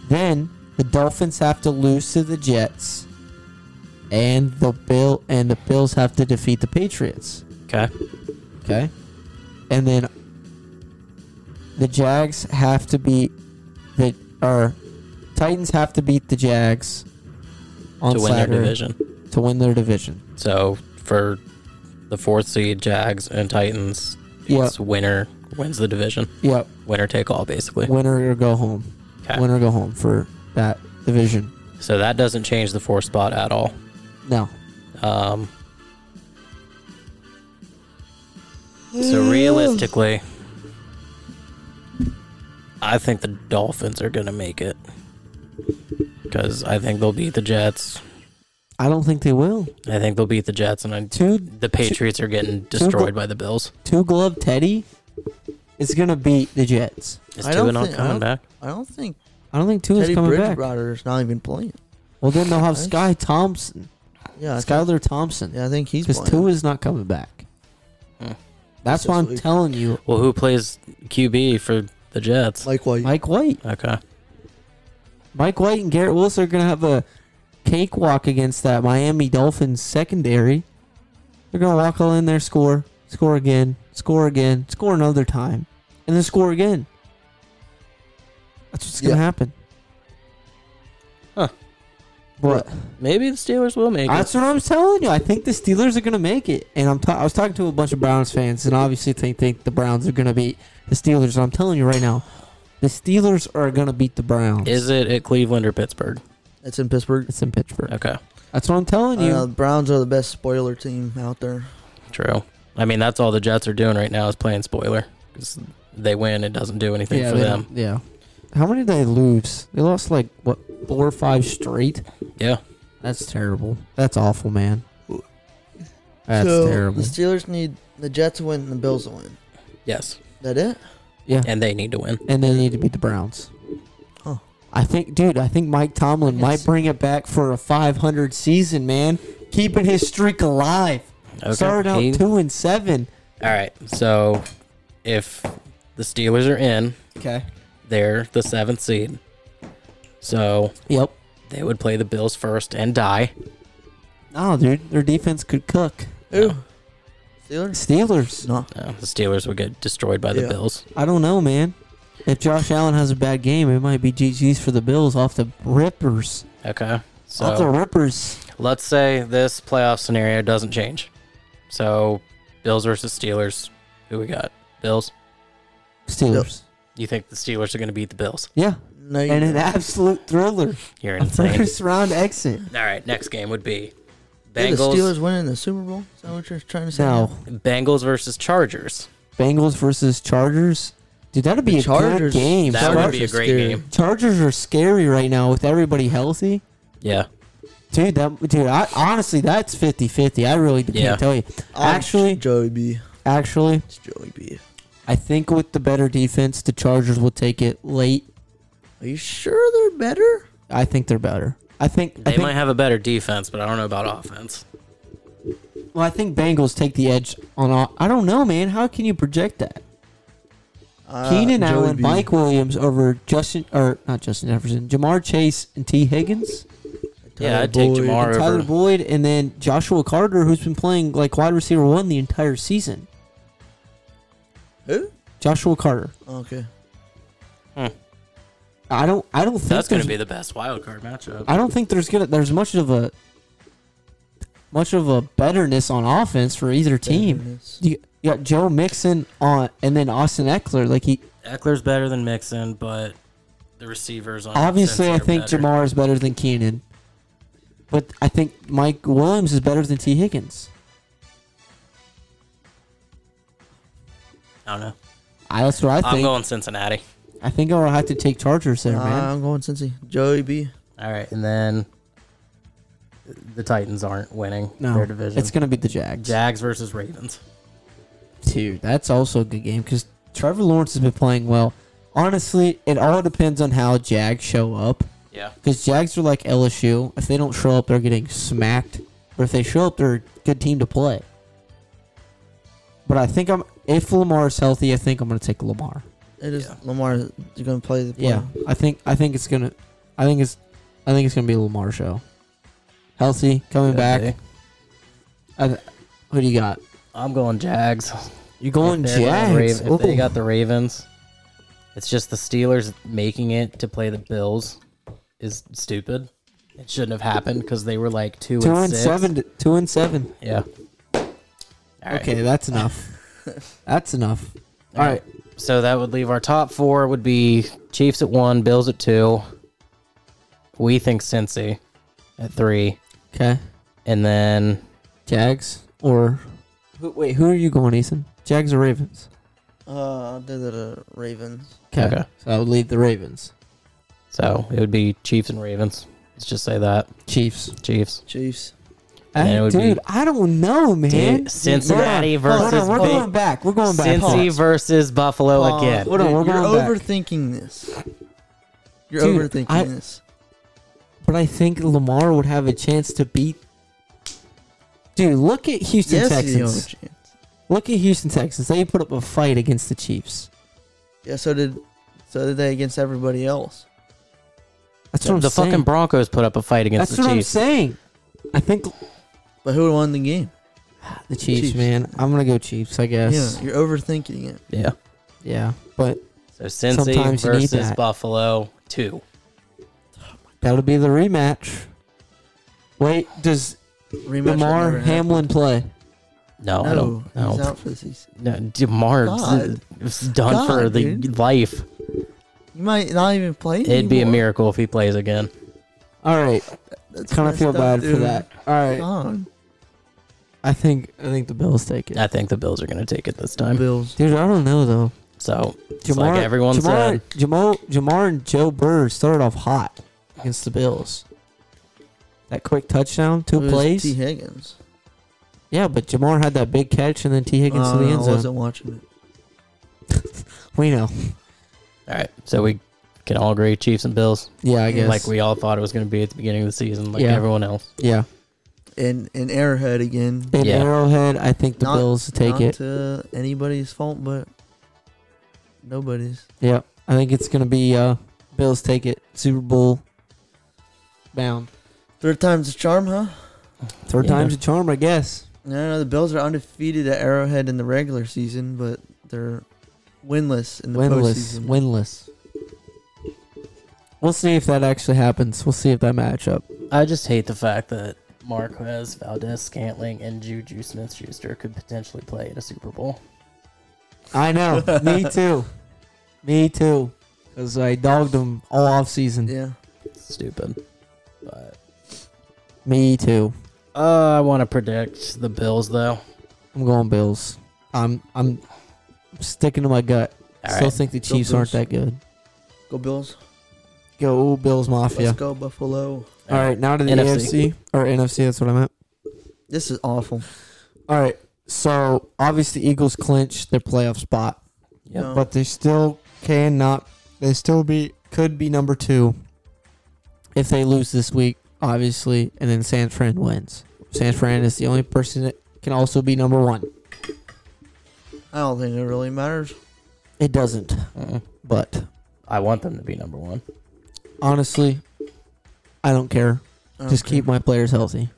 Speaker 1: Then the Dolphins have to lose to the Jets, and the Bill and the Bills have to defeat the Patriots.
Speaker 3: Okay.
Speaker 1: Okay, and then the Jags have to beat the or Titans have to beat the Jags on
Speaker 3: To win
Speaker 1: Saturday
Speaker 3: their division.
Speaker 1: to win their division.
Speaker 3: So for the fourth seed, Jags and Titans,
Speaker 1: Yep,
Speaker 3: it's winner wins the division.
Speaker 1: yep.
Speaker 3: Winner take all, basically.
Speaker 1: Winner or go home.
Speaker 3: Okay.
Speaker 1: Winner or go home for that division.
Speaker 3: So that doesn't change the fourth spot at all.
Speaker 1: No,
Speaker 3: Um, so realistically, I think the Dolphins are going to make it because I think they'll beat the Jets.
Speaker 1: I don't think they will.
Speaker 3: I think they'll beat the Jets, and I,
Speaker 1: Two
Speaker 3: the Patriots are getting destroyed by the Bills.
Speaker 1: two glove Teddy is gonna beat the Jets.
Speaker 3: Is
Speaker 2: I don't
Speaker 3: Tua not
Speaker 2: think- I
Speaker 3: coming
Speaker 2: don't-
Speaker 3: back?
Speaker 2: I don't think
Speaker 1: I don't think two
Speaker 2: Teddy
Speaker 1: is coming back.
Speaker 2: Bridgewater is not even playing.
Speaker 1: Well, then they'll have
Speaker 2: Nice.
Speaker 1: Sky Thompson,
Speaker 2: Yeah, I think,
Speaker 1: Skylar Thompson,
Speaker 2: yeah, I think he's
Speaker 1: because
Speaker 2: playing.
Speaker 1: two is not coming back.
Speaker 3: Hmm.
Speaker 1: That's
Speaker 2: This
Speaker 1: why I'm
Speaker 2: week.
Speaker 1: telling you,
Speaker 3: Well, who plays QB for the Jets?
Speaker 2: Like, why?
Speaker 1: Mike White.
Speaker 3: Okay.
Speaker 1: Mike White and Garrett Wilson are going to have a cakewalk against that Miami Dolphins secondary. They're going to walk all in there, score, score again, score again, score another time, and then score again. That's what's going
Speaker 2: Yeah.
Speaker 1: to happen.
Speaker 3: Huh.
Speaker 1: What?
Speaker 3: Maybe the Steelers will make it.
Speaker 1: That's what I'm telling you. I think the Steelers are going to make it. And I'm ta- I was talking to a bunch of Browns fans, and obviously they think the Browns are going to beat the Steelers. And I'm telling you right now, the Steelers are going to beat the Browns.
Speaker 3: Is it at Cleveland or Pittsburgh?
Speaker 2: It's in Pittsburgh.
Speaker 1: It's in Pittsburgh.
Speaker 3: Okay,
Speaker 1: That's what I'm telling you.
Speaker 2: Uh, Browns are the best spoiler team out there.
Speaker 3: true. I mean, that's all the Jets are doing right now is playing spoiler because they win. It doesn't do anything for
Speaker 1: they-
Speaker 3: them.
Speaker 1: Yeah. How many did they lose? They lost like what four or five straight.
Speaker 3: Yeah.
Speaker 1: That's terrible. That's awful, man. That's
Speaker 2: So,
Speaker 1: terrible.
Speaker 2: The Steelers need the Jets to win and the Bills to win.
Speaker 3: Yes,
Speaker 2: That it?
Speaker 3: and they need to win.
Speaker 1: and they need to beat the Browns.
Speaker 2: Huh.
Speaker 1: I think, dude, I think Mike Tomlin might
Speaker 2: Yes.
Speaker 1: bring it back for a 500 season, man. Keeping his streak alive.
Speaker 3: Okay.
Speaker 1: Started out
Speaker 3: He-
Speaker 1: two and seven.
Speaker 3: All right. So if the Steelers are in,
Speaker 1: Okay.
Speaker 3: they're the seventh seed. So
Speaker 1: Yep.
Speaker 3: they would play the Bills first and die.
Speaker 1: No, dude, their defense could cook.
Speaker 2: Who?
Speaker 3: No.
Speaker 2: Steelers?
Speaker 1: Steelers.
Speaker 2: No.
Speaker 3: No, Uh, the Steelers would get destroyed by the
Speaker 2: Yeah.
Speaker 3: Bills.
Speaker 1: I don't know, man. If Josh Allen has a bad game, it might be GG's for the Bills off the rippers.
Speaker 3: Okay.
Speaker 1: off the
Speaker 3: So
Speaker 1: rippers.
Speaker 3: let's say this playoff scenario doesn't change. So Bills versus Steelers. Who we got? Bills.
Speaker 1: Steelers.
Speaker 3: You think the Steelers are going to beat the Bills?
Speaker 1: Yeah.
Speaker 2: No, you
Speaker 1: And
Speaker 2: don't.
Speaker 1: an absolute thriller.
Speaker 3: You're
Speaker 1: A
Speaker 3: insane.
Speaker 1: first round exit.
Speaker 3: All right. Next game would be
Speaker 2: Did the
Speaker 3: Bengals.
Speaker 2: Steelers winning the Super Bowl? Is that what you're trying to say? Oh,
Speaker 1: No.
Speaker 3: Bengals versus Chargers.
Speaker 1: Bengals versus Chargers. Dude, that'd be
Speaker 2: The
Speaker 1: a
Speaker 2: Chargers-
Speaker 1: good game.
Speaker 3: That
Speaker 1: Char-
Speaker 3: would
Speaker 2: Chargers
Speaker 3: be a
Speaker 2: are
Speaker 3: great
Speaker 2: scary.
Speaker 3: game.
Speaker 1: Chargers are scary right now with everybody healthy.
Speaker 3: Yeah.
Speaker 1: Dude, that dude, I, honestly, that's 50-50. I really can't
Speaker 3: Yeah.
Speaker 1: tell you.
Speaker 2: I'm
Speaker 1: Actually,
Speaker 2: Joey B.
Speaker 1: actually,
Speaker 2: It's Joey B.
Speaker 1: I think with the better defense, the Chargers will take it late.
Speaker 2: Are you sure they're better?
Speaker 1: I think they're better. I think I
Speaker 3: They
Speaker 1: think,
Speaker 3: might have a better defense, but I don't know about offense.
Speaker 1: well, I think Bengals take the edge on all. I don't know, man. How can you project that?
Speaker 2: Uh,
Speaker 1: Keenan
Speaker 2: Joey
Speaker 1: Allen,
Speaker 2: B.
Speaker 1: Mike Williams over Justin or not Justin Jefferson, Jamar Chase and T Higgins.
Speaker 3: Yeah,
Speaker 2: Tyler
Speaker 3: I'd take
Speaker 2: Boyd.
Speaker 3: Jamar
Speaker 1: and Tyler
Speaker 3: over.
Speaker 1: Boyd, and then Joshua Carter, who's been playing like wide receiver one the entire season.
Speaker 2: Who?
Speaker 1: Joshua Carter.
Speaker 2: Okay.
Speaker 1: I don't. I don't think
Speaker 3: That's going
Speaker 1: there's-
Speaker 3: to be the best wild card matchup.
Speaker 1: I don't think there's gonna. There's much of a. Much of a betterness on offense for either team.
Speaker 2: Dennis.
Speaker 1: You, you got Joe Mixon on, and then Austin Eckler. Like he
Speaker 3: Eckler's better than Mixon, but the receivers on
Speaker 1: obviously, I
Speaker 3: offense are
Speaker 1: think
Speaker 3: better.
Speaker 1: Jamar is better than Keenan, but I think Mike Williams is better than T Higgins.
Speaker 3: I don't know.
Speaker 1: I, that's what I
Speaker 3: I'm
Speaker 1: think.
Speaker 3: going Cincinnati.
Speaker 1: I think I'll have to take Chargers there,
Speaker 2: Nah,
Speaker 1: man.
Speaker 2: I'm going Cincy. Joey B.
Speaker 3: All right, and then the Titans aren't winning
Speaker 1: No,
Speaker 3: their division.
Speaker 1: it's gonna be the Jags.
Speaker 3: Jags versus Ravens.
Speaker 1: Dude, that's also a good game because Trevor Lawrence has been playing well. Honestly, it all depends on how Jags show up.
Speaker 3: Yeah.
Speaker 1: Because Jags are like LSU. If they don't show up, they're getting smacked. But if they show up, they're a good team to play. But I think I'm if Lamar is healthy, I think I'm gonna take Lamar.
Speaker 2: It is
Speaker 3: Yeah.
Speaker 2: Lamar. You're going to play the play.
Speaker 1: Yeah. I think I think it's gonna I think it's I think it's gonna be a Lamar show. Healthy, coming back. I, th- who do you got?
Speaker 3: I'm going Jags.
Speaker 1: You going
Speaker 3: If they're the
Speaker 1: Jags?
Speaker 3: Raven- if they
Speaker 1: Ooh.
Speaker 3: got the Ravens, it's just the Steelers making it to play the Bills is stupid. It shouldn't have happened because they were like two,
Speaker 1: two
Speaker 3: and,
Speaker 1: and
Speaker 3: six.
Speaker 1: seven. Two and seven.
Speaker 3: Yeah. All right.
Speaker 1: Okay, that's enough. that's enough.
Speaker 3: All right. So that would leave our top four would be Chiefs at one, Bills at two. We think Cincy at three,
Speaker 1: Okay.
Speaker 3: and then
Speaker 1: Jags or who, wait, who are you going, Ethan? Jags or Ravens?
Speaker 2: Uh, I'll do the uh, Ravens.
Speaker 3: Okay.
Speaker 1: So I would leave the Ravens.
Speaker 3: so it would be Chiefs and Ravens. Let's just say that
Speaker 1: Chiefs.
Speaker 3: Chiefs.
Speaker 2: Chiefs.
Speaker 3: And it
Speaker 1: I,
Speaker 3: would
Speaker 1: dude,
Speaker 3: be-
Speaker 1: I don't know, man.
Speaker 3: Dude, Cincinnati
Speaker 1: Hold on, hold on,
Speaker 3: versus
Speaker 1: we're
Speaker 3: Ba-
Speaker 1: going back. We're going back.
Speaker 3: Cincy
Speaker 1: Pause.
Speaker 3: versus Buffalo again.
Speaker 1: Hold on, we're
Speaker 2: Dude, Oh, you're
Speaker 1: going back.
Speaker 2: overthinking this. You're
Speaker 1: Dude,
Speaker 2: overthinking
Speaker 1: I-
Speaker 2: this.
Speaker 1: But I think Lamar would have a chance to beat. Dude, look at Houston
Speaker 2: Yes, you have a
Speaker 1: Texans.
Speaker 2: chance.
Speaker 1: Look at Houston Texans. They put up a fight against the Chiefs.
Speaker 2: Yeah, so did so did they against everybody else.
Speaker 1: That's That's what I'm
Speaker 3: the
Speaker 1: saying.
Speaker 3: fucking Broncos put up a fight against
Speaker 1: That's
Speaker 3: the
Speaker 1: what I'm
Speaker 3: Chiefs.
Speaker 1: saying. I think
Speaker 2: But who won the game?
Speaker 1: the Chiefs,
Speaker 2: Chiefs.
Speaker 1: man. I'm gonna go Chiefs, I guess.
Speaker 2: Yeah, you're overthinking it.
Speaker 3: yeah.
Speaker 1: Yeah, but
Speaker 3: So Cincy
Speaker 1: Sometimes you need
Speaker 3: versus
Speaker 1: that.
Speaker 3: Buffalo two.
Speaker 1: that'll be the rematch. Wait, does Lamar
Speaker 2: Rematch would never happen.
Speaker 1: Hamlin play?
Speaker 3: No, I
Speaker 2: No,
Speaker 3: don't. No,
Speaker 2: he's out for the season.
Speaker 3: no DeMar
Speaker 2: God.
Speaker 3: is done
Speaker 2: God,
Speaker 3: for the
Speaker 2: dude.
Speaker 3: life.
Speaker 2: You might not even play.
Speaker 3: It'd be a
Speaker 2: anymore.
Speaker 3: miracle if he plays again.
Speaker 1: All right,
Speaker 2: That's
Speaker 1: kind of feel
Speaker 2: messed up,
Speaker 1: bad for
Speaker 2: dude.
Speaker 1: that. All right,
Speaker 2: God.
Speaker 1: I think I think the Bills take it.
Speaker 3: I think the Bills are going to take it this time.
Speaker 2: Bills.
Speaker 1: Dude, I don't know though.
Speaker 3: So it's
Speaker 1: Jamar,
Speaker 3: like everyone
Speaker 1: Jamar,
Speaker 3: said,
Speaker 1: Jamar, Jamar and Joe Burr started off hot against the Bills. That quick touchdown, two
Speaker 2: It was
Speaker 1: plays.
Speaker 2: T Higgins.
Speaker 1: yeah, but Jamar had that big catch and then T Higgins
Speaker 2: Uh,
Speaker 1: in the end
Speaker 2: I
Speaker 1: zone.
Speaker 2: wasn't watching it.
Speaker 1: We know.
Speaker 3: all right. So we can all agree Chiefs and Bills,
Speaker 1: Yeah, I guess.
Speaker 3: like we all thought it was going to be at the beginning of the season, like
Speaker 1: Yeah.
Speaker 3: everyone else.
Speaker 1: yeah.
Speaker 2: And and Arrowhead again.
Speaker 1: In
Speaker 3: Yeah.
Speaker 1: Arrowhead, I think the
Speaker 2: Not-
Speaker 1: Bills take
Speaker 2: Not
Speaker 1: it.
Speaker 2: to anybody's fault, but nobody's.
Speaker 1: Yeah, I think it's gonna be uh, Bills take it. Super Bowl bound.
Speaker 2: Third time's a charm, huh?
Speaker 1: Third
Speaker 3: Yeah.
Speaker 1: time's a charm, I guess.
Speaker 2: No, no, the Bills are undefeated at Arrowhead in the regular season, but they're winless in the
Speaker 1: Winless,
Speaker 2: postseason.
Speaker 1: winless. We'll see if that actually happens. We'll see if that matchup.
Speaker 3: I just hate the fact that Marquez, Valdez, Scantling, and Juju Smith-Schuster could potentially play in a Super Bowl.
Speaker 1: I know. Me too. Me too. Because I dogged them all off season.
Speaker 2: yeah.
Speaker 3: Stupid, but
Speaker 1: Me too.
Speaker 3: Uh, I want to predict the Bills though.
Speaker 1: I'm going Bills. I'm I'm sticking to my gut.
Speaker 3: All
Speaker 1: Still
Speaker 3: right,
Speaker 1: think the
Speaker 2: Go
Speaker 1: Chiefs aren't
Speaker 2: Bills.
Speaker 1: that good.
Speaker 2: Go Bills.
Speaker 1: Go Bills
Speaker 2: Let's
Speaker 1: Mafia.
Speaker 2: go Buffalo.
Speaker 1: All right, now to the AFC
Speaker 3: NFC.
Speaker 1: or NFC. That's what I meant.
Speaker 2: This is awful.
Speaker 1: All right, so obviously the Eagles clinch their playoff spot,
Speaker 3: Yep.
Speaker 2: No.
Speaker 1: but they still cannot. They still be could be number two if they lose this week, obviously, and then San Fran wins. San Fran is the only person that can also be number one.
Speaker 2: I don't think it really matters.
Speaker 1: It doesn't,
Speaker 3: Mm.
Speaker 1: but
Speaker 3: I want them to be number one.
Speaker 1: honestly, I don't care.
Speaker 2: I don't
Speaker 1: Just
Speaker 2: care.
Speaker 1: keep my players healthy.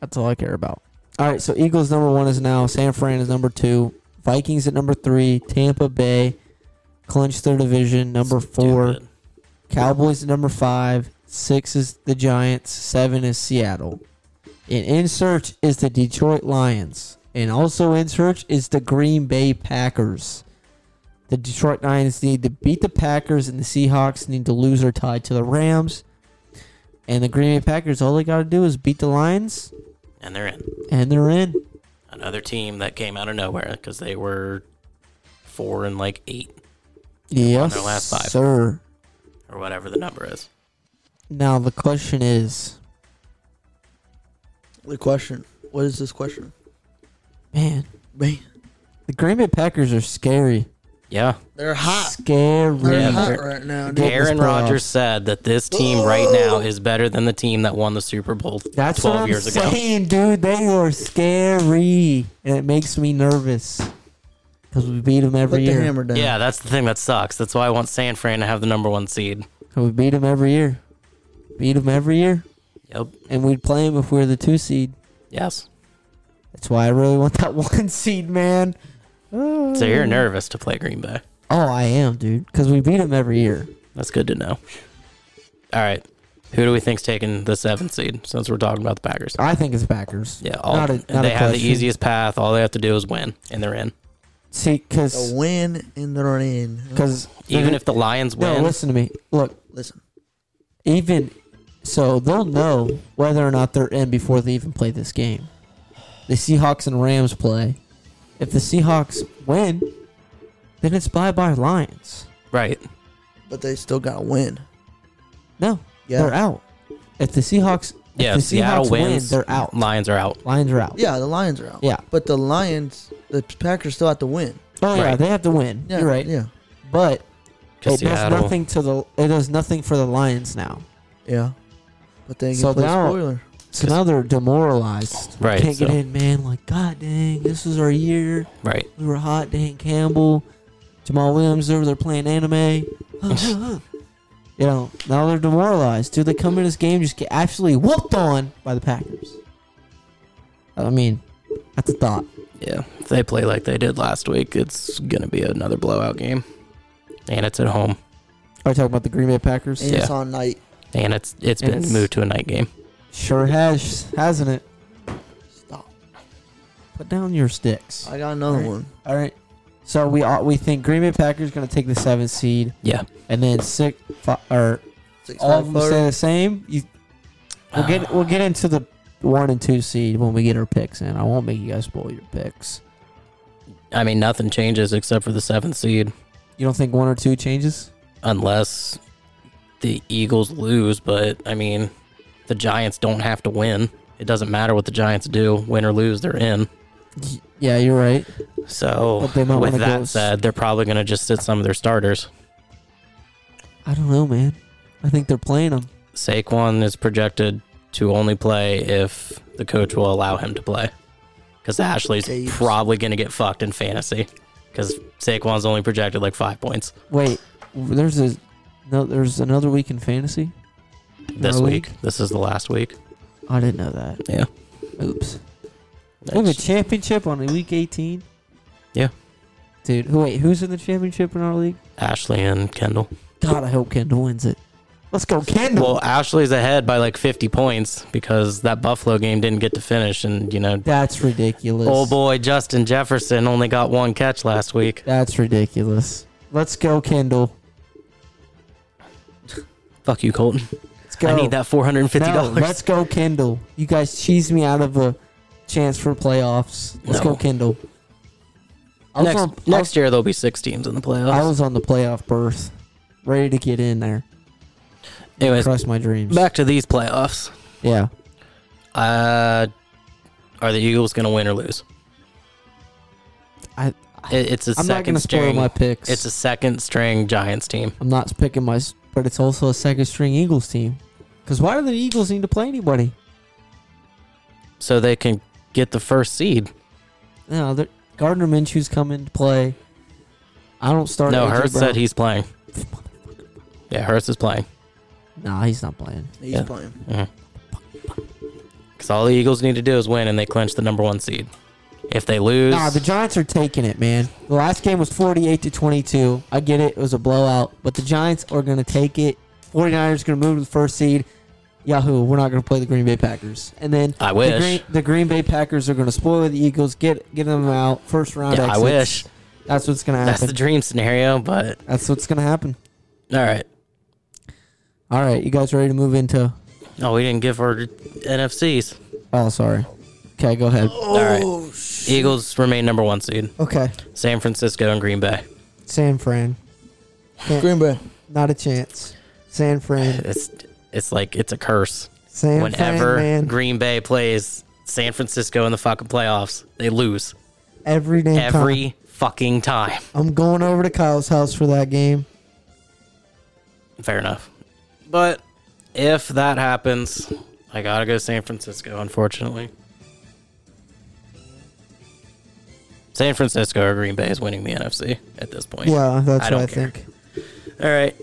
Speaker 1: That's all I care about. All right, so Eagles number one is now. San Fran is number two. Vikings at number three. Tampa Bay clinched their division. Number four.
Speaker 3: Stupid.
Speaker 1: Cowboys at number five. Six is the Giants. Seven is Seattle. And in search is the Detroit Lions. And also in search is the Green Bay Packers. The Detroit Lions need to beat the Packers, and the Seahawks need to lose or tie to the Rams. And the Green Bay Packers, all they got to do is beat the Lions,
Speaker 3: and they're in
Speaker 1: and they're in.
Speaker 3: another team that came out of nowhere because they were four and like eight
Speaker 1: Yes,
Speaker 3: their last five.
Speaker 1: sir.
Speaker 3: or whatever the number is.
Speaker 1: Now the question is,
Speaker 2: The question. What is this question?
Speaker 1: man,
Speaker 2: Man,
Speaker 1: the Green Bay Packers are scary.
Speaker 3: Yeah,
Speaker 2: they're hot.
Speaker 1: Scary.
Speaker 2: Ah. They're
Speaker 3: Yeah,
Speaker 2: hot
Speaker 3: they're-
Speaker 2: right now.
Speaker 1: Get
Speaker 2: Dude.
Speaker 1: this
Speaker 3: Aaron
Speaker 1: playoff.
Speaker 3: Rodgers said that this team right now is better than the team that won the Super Bowl
Speaker 1: That's
Speaker 3: twelve
Speaker 1: what I'm
Speaker 3: years ago.
Speaker 1: saying, dude. They are scary, and it makes me nervous because we beat them
Speaker 2: Put
Speaker 1: every
Speaker 2: the
Speaker 1: year.
Speaker 2: hammer down.
Speaker 3: Yeah, that's the thing that sucks. That's why I want San Fran to have the number one seed.
Speaker 1: 'Cause we beat them every year. Beat them every year,
Speaker 3: Yep.
Speaker 1: and we'd play them if we were the two seed.
Speaker 3: Yes.
Speaker 1: That's why I really want that one seed, man. Oh,
Speaker 3: So you're nervous to play Green Bay.
Speaker 1: I am, dude, because we beat them every year.
Speaker 3: That's good to know. All right. Who do we think's taking the seventh seed since we're talking about the Packers?
Speaker 1: I think it's Packers.
Speaker 3: Yeah, all,
Speaker 1: Not a-
Speaker 3: and
Speaker 1: not a
Speaker 3: they have the
Speaker 1: question.
Speaker 3: easiest path. All they have to do is win, and they're in.
Speaker 1: See,
Speaker 2: The
Speaker 1: because
Speaker 2: win and they're in.
Speaker 1: because
Speaker 3: Even if the Lions
Speaker 1: Uh-huh. no,
Speaker 3: win,
Speaker 1: listen to me. Look,
Speaker 2: Listen,
Speaker 1: even so they'll know whether or not they're in before they even play this game. The Seahawks and Rams play. If the Seahawks win, then it's bye bye Lions.
Speaker 3: right?
Speaker 2: but they still got to win.
Speaker 1: No,
Speaker 2: Yeah.
Speaker 1: they're out. If the Seahawks, if
Speaker 3: Yeah,
Speaker 1: the
Speaker 3: if Seattle
Speaker 1: Seahawks win,
Speaker 3: wins,
Speaker 1: they're out. Oh,
Speaker 3: Lions are out.
Speaker 1: Lions are out.
Speaker 2: Yeah, the Lions are out.
Speaker 1: Yeah.
Speaker 2: But the Lions, the Packers still have to win.
Speaker 1: Oh yeah,
Speaker 3: Right.
Speaker 1: they have to win.
Speaker 2: Yeah,
Speaker 1: You're right.
Speaker 2: Yeah.
Speaker 1: But
Speaker 3: Because
Speaker 1: it does
Speaker 3: Seattle,
Speaker 1: nothing to the it does nothing for the Lions now.
Speaker 2: Yeah. But they can
Speaker 1: So
Speaker 2: play
Speaker 1: now-
Speaker 2: spoiler.
Speaker 1: So now they're demoralized.
Speaker 3: Right,
Speaker 1: Can't get
Speaker 3: so-
Speaker 1: in, man. Like, God dang, this was our year.
Speaker 3: right?
Speaker 1: We were hot. Dan Campbell, Jamal Williams over there playing anime. You know, now they're demoralized. Dude, they come in this game just get absolutely whooped on by the Packers. I mean, that's a thought.
Speaker 3: Yeah, if they play like they did last week, it's gonna be another blowout game, and it's at home,
Speaker 1: Are you talking about the Green Bay Packers?
Speaker 2: And it's on night.
Speaker 3: and it's it's been
Speaker 1: It's-
Speaker 3: moved to a night game.
Speaker 1: Sure has, hasn't it?
Speaker 2: Stop.
Speaker 1: Put down your sticks.
Speaker 2: I got another
Speaker 1: Alright.
Speaker 2: one.
Speaker 1: All right. So we all, we think Green Bay Packers going to take the seventh seed,
Speaker 3: Yeah,
Speaker 1: and then six fi or
Speaker 2: Six
Speaker 1: all
Speaker 2: five
Speaker 1: of them stay
Speaker 2: Florida.
Speaker 1: the same. You, we'll get we'll get into the one and two seed when we get our picks in. I won't make you guys spoil your picks.
Speaker 3: I mean nothing changes except for the seventh seed,
Speaker 1: You don't think one or two changes?
Speaker 3: unless the Eagles lose. But I mean, the Giants don't have to win. It doesn't matter what the Giants do, win or lose, they're in.
Speaker 1: Y- Yeah, you're right.
Speaker 3: So
Speaker 1: But they might
Speaker 3: Oh, with
Speaker 1: wanna
Speaker 3: that
Speaker 1: go s-
Speaker 3: said, they're probably gonna just sit some of their starters.
Speaker 1: I don't know, man. I think they're playing them.
Speaker 3: Saquon is projected to only play if the coach will allow him to play. Because Ashley's
Speaker 2: Jeez.
Speaker 3: probably going to get fucked in fantasy. Because Saquon's only projected like five points
Speaker 1: Wait, there's a no. There's another week in fantasy.
Speaker 3: this
Speaker 1: Really?
Speaker 3: week. This is the last week.
Speaker 1: I didn't know that.
Speaker 3: Yeah.
Speaker 1: Oops. We have a
Speaker 3: That's-
Speaker 1: championship on week 18.
Speaker 3: Yeah.
Speaker 1: Dude, who, wait, who's in the championship in our league?
Speaker 3: Ashley and Kendall.
Speaker 1: God, I hope Kendall wins it. Let's go, Kendall.
Speaker 3: Well, Ashley's ahead by like 50 points because that Buffalo game didn't get to finish. And, you know,
Speaker 1: That's ridiculous.
Speaker 3: old Oh, boy Justin Jefferson only got one catch last week.
Speaker 1: That's ridiculous. Let's go, Kendall.
Speaker 3: Fuck you, Colton.
Speaker 1: Let's go.
Speaker 3: I need that $450.
Speaker 1: No, let's go, Kendall. You guys cheesed me out of a chance for playoffs. Let's
Speaker 3: No.
Speaker 1: go, Kendall. I was,
Speaker 3: next
Speaker 1: on, I was-
Speaker 3: next year, there'll be six teams in the playoffs.
Speaker 1: I was on the playoff berth, ready to get in there.
Speaker 3: Anyways,
Speaker 1: Crush my dreams.
Speaker 3: back to these playoffs.
Speaker 1: Yeah.
Speaker 3: Uh, are the Eagles going to win or lose?
Speaker 1: I-
Speaker 3: It- it's a
Speaker 1: I'm not going
Speaker 3: second
Speaker 1: to spoil
Speaker 3: string.
Speaker 1: my picks.
Speaker 3: It's a second string Giants team.
Speaker 1: I'm not picking my, but it's also a second string Eagles team. Because why do the Eagles need to play anybody?
Speaker 3: So they can get the first seed.
Speaker 1: No, they're- Gardner Minshew's coming to play. I don't start.
Speaker 3: no,
Speaker 1: AJ
Speaker 3: Hurts
Speaker 1: Brown.
Speaker 3: said he's playing. Yeah, Hurts is playing.
Speaker 1: Nah, he's not playing.
Speaker 2: He's
Speaker 3: Yeah.
Speaker 2: playing.
Speaker 3: Because all the Eagles need to do is win and they clinch the number one seed. If they lose,
Speaker 1: Nah, the Giants are taking it, man. The last game was 48 to 22. I get it. It was a blowout, but the Giants are going to take it. 49ers going to move to the first seed. Yahoo, we're not going to play the Green Bay Packers. And then
Speaker 3: I
Speaker 1: the
Speaker 3: wish.
Speaker 1: Green, the Green Bay Packers are going to spoil the Eagles, get get them out first round.
Speaker 3: Yeah, I
Speaker 1: exits.
Speaker 3: wish.
Speaker 1: That's what's going to
Speaker 3: That's
Speaker 1: happen.
Speaker 3: the dream scenario, but
Speaker 1: That's what's going to happen.
Speaker 3: all right.
Speaker 1: All right, you guys ready to move into?
Speaker 3: Oh, we didn't give our NFCs.
Speaker 1: Oh, sorry. Okay, go ahead.
Speaker 3: All right. Eagles remain number one seed.
Speaker 1: Okay,
Speaker 3: San Francisco and Green Bay.
Speaker 1: San Fran,
Speaker 2: Green Bay.
Speaker 1: not a chance. San Fran,
Speaker 3: It's it's like it's a curse.
Speaker 1: San
Speaker 3: Whenever
Speaker 1: Fran, man.
Speaker 3: Green Bay plays San Francisco in the fucking playoffs, they lose
Speaker 1: every damn time.
Speaker 3: every fucking time.
Speaker 1: I'm going over to Kyle's house for that game.
Speaker 3: Fair enough. But if that happens, I gotta go San Francisco. Unfortunately, San Francisco or Green Bay is winning the NFC at this point.
Speaker 1: Yeah, that's
Speaker 3: Oh, I
Speaker 1: what
Speaker 3: don't
Speaker 1: I
Speaker 3: care.
Speaker 1: think.
Speaker 3: All right.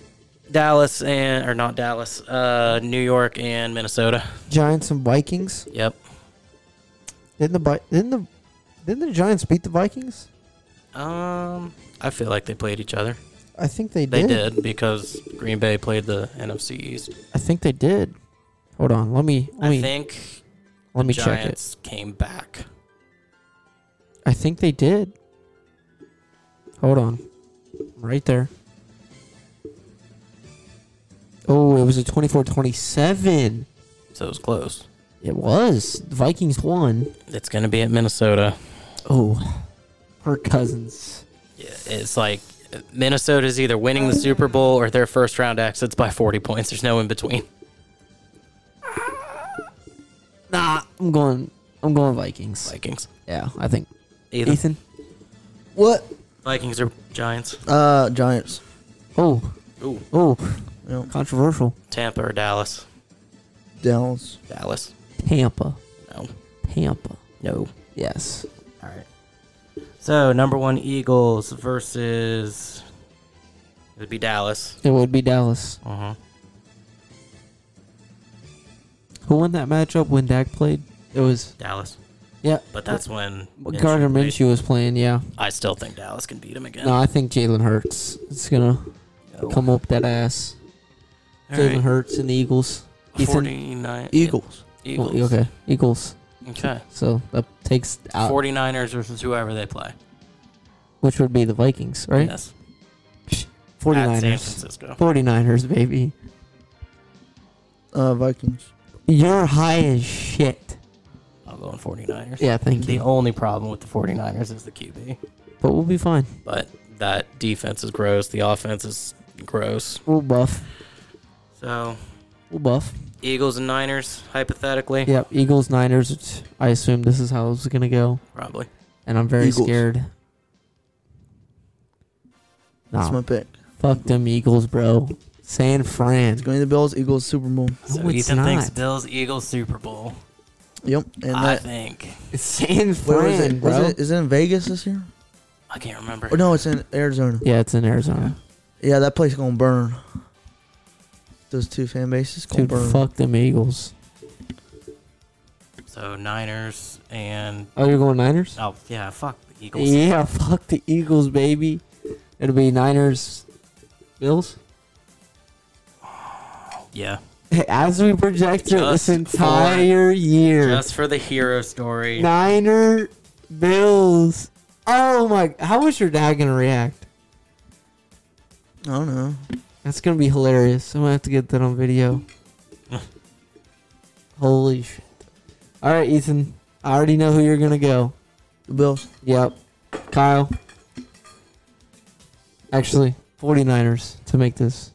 Speaker 3: Dallas and or not Dallas, uh, New York and Minnesota.
Speaker 1: Giants and Vikings.
Speaker 3: Yep.
Speaker 1: Didn't the Vi- didn't the didn't the Giants beat the Vikings?
Speaker 3: Um, I feel like they played each other.
Speaker 1: I think they
Speaker 3: They
Speaker 1: did.
Speaker 3: did because Green Bay played the NFC East.
Speaker 1: I think they did. Hold on, let me let
Speaker 3: I
Speaker 1: me
Speaker 3: think
Speaker 1: let me check it.
Speaker 3: Giants came back.
Speaker 1: I think they did. Hold on. Right there. Oh, it was a 24 27.
Speaker 3: So it was close.
Speaker 1: It was. The Vikings won.
Speaker 3: It's going to be at Minnesota.
Speaker 1: Oh, her cousins.
Speaker 3: It's like Minnesota's either winning the Super Bowl or their first round exits by 40 points. There's no in between.
Speaker 1: Nah, I'm going. I'm going Vikings.
Speaker 3: Vikings.
Speaker 1: yeah, I think.
Speaker 3: Either
Speaker 1: Ethan.
Speaker 2: What?
Speaker 3: Vikings or Giants.
Speaker 2: Uh, Giants.
Speaker 1: Oh,
Speaker 3: Ooh.
Speaker 1: oh,
Speaker 2: Yep.
Speaker 1: controversial.
Speaker 3: Tampa or Dallas.
Speaker 2: Dallas.
Speaker 3: Dallas.
Speaker 1: Tampa.
Speaker 3: No.
Speaker 1: Tampa.
Speaker 3: No.
Speaker 1: Yes.
Speaker 3: All right. So number one Eagles versus It'd be Dallas.
Speaker 1: It would be Dallas.
Speaker 3: Uh huh.
Speaker 1: Who won that matchup when Dak played? It was
Speaker 3: Dallas.
Speaker 1: Yeah.
Speaker 3: But that's when
Speaker 1: Gardner
Speaker 3: played.
Speaker 1: Minshew was playing. Yeah.
Speaker 3: I still think Dallas can beat him again.
Speaker 1: No, I think Jalen Hurts. It's gonna
Speaker 3: No.
Speaker 1: come up that ass.
Speaker 3: All
Speaker 1: Jalen
Speaker 3: right.
Speaker 1: Hurts and the Eagles. He's in-
Speaker 3: 49
Speaker 2: Eagles.
Speaker 3: Eagles.
Speaker 1: Oh, okay, Uh, Eagles.
Speaker 3: Okay.
Speaker 1: So that takes out,
Speaker 3: 49ers versus whoever they play.
Speaker 1: which would be the Vikings, right?
Speaker 3: Yes.
Speaker 1: Forty
Speaker 3: At San
Speaker 1: 49ers.
Speaker 3: Francisco.
Speaker 1: 49ers, baby.
Speaker 2: Uh, Vikings.
Speaker 1: You're high as shit.
Speaker 3: I'm going 49ers.
Speaker 1: Yeah, thank
Speaker 3: The
Speaker 1: you.
Speaker 3: only problem with the 49ers is the QB.
Speaker 1: But we'll be fine.
Speaker 3: But that defense is gross. The offense is gross.
Speaker 1: We'll buff.
Speaker 3: So,
Speaker 1: We'll buff.
Speaker 3: Eagles and Niners, hypothetically.
Speaker 1: Yep, Eagles, Niners. It's, I assume this is how it's gonna go,
Speaker 3: Probably.
Speaker 1: and I'm very
Speaker 2: Eagles.
Speaker 1: scared. Nah,
Speaker 2: That's my pick.
Speaker 1: fuck them Eagles, bro. San Fran.
Speaker 2: It's going to the Bills, Eagles, Super Bowl.
Speaker 1: No, it's not.
Speaker 3: Bills Eagles Super Bowl.
Speaker 2: Yep. And
Speaker 3: I
Speaker 2: that.
Speaker 3: think.
Speaker 1: San
Speaker 2: Where is
Speaker 1: Fran,
Speaker 2: it?
Speaker 1: Ah, bro.
Speaker 2: Is it? Is it in Vegas this year?
Speaker 3: I can't remember.
Speaker 1: Oh,
Speaker 2: Or no, it's in Arizona.
Speaker 1: Yeah, it's in Arizona.
Speaker 2: Yeah, that place gonna burn. Those two fan bases gonna
Speaker 1: Dude,
Speaker 2: burn.
Speaker 1: fuck them Eagles.
Speaker 3: So, Niners and.
Speaker 1: Oh, you're going Niners?
Speaker 3: Oh, yeah, fuck the Eagles.
Speaker 1: Yeah, fuck the Eagles, baby. It'll be Niners, Bills.
Speaker 3: Yeah.
Speaker 1: As we project through this
Speaker 3: Just
Speaker 1: entire year,
Speaker 3: Just for the hero story.
Speaker 1: Niner, Bills. Oh my! How is your dad gonna react?
Speaker 2: I don't know.
Speaker 1: That's gonna be hilarious. I'm gonna have to get that on video. Holy shit! All right, Ethan. I already know who you're gonna go.
Speaker 2: The Bills.
Speaker 1: Yep. Kyle. Actually, 49ers to make this.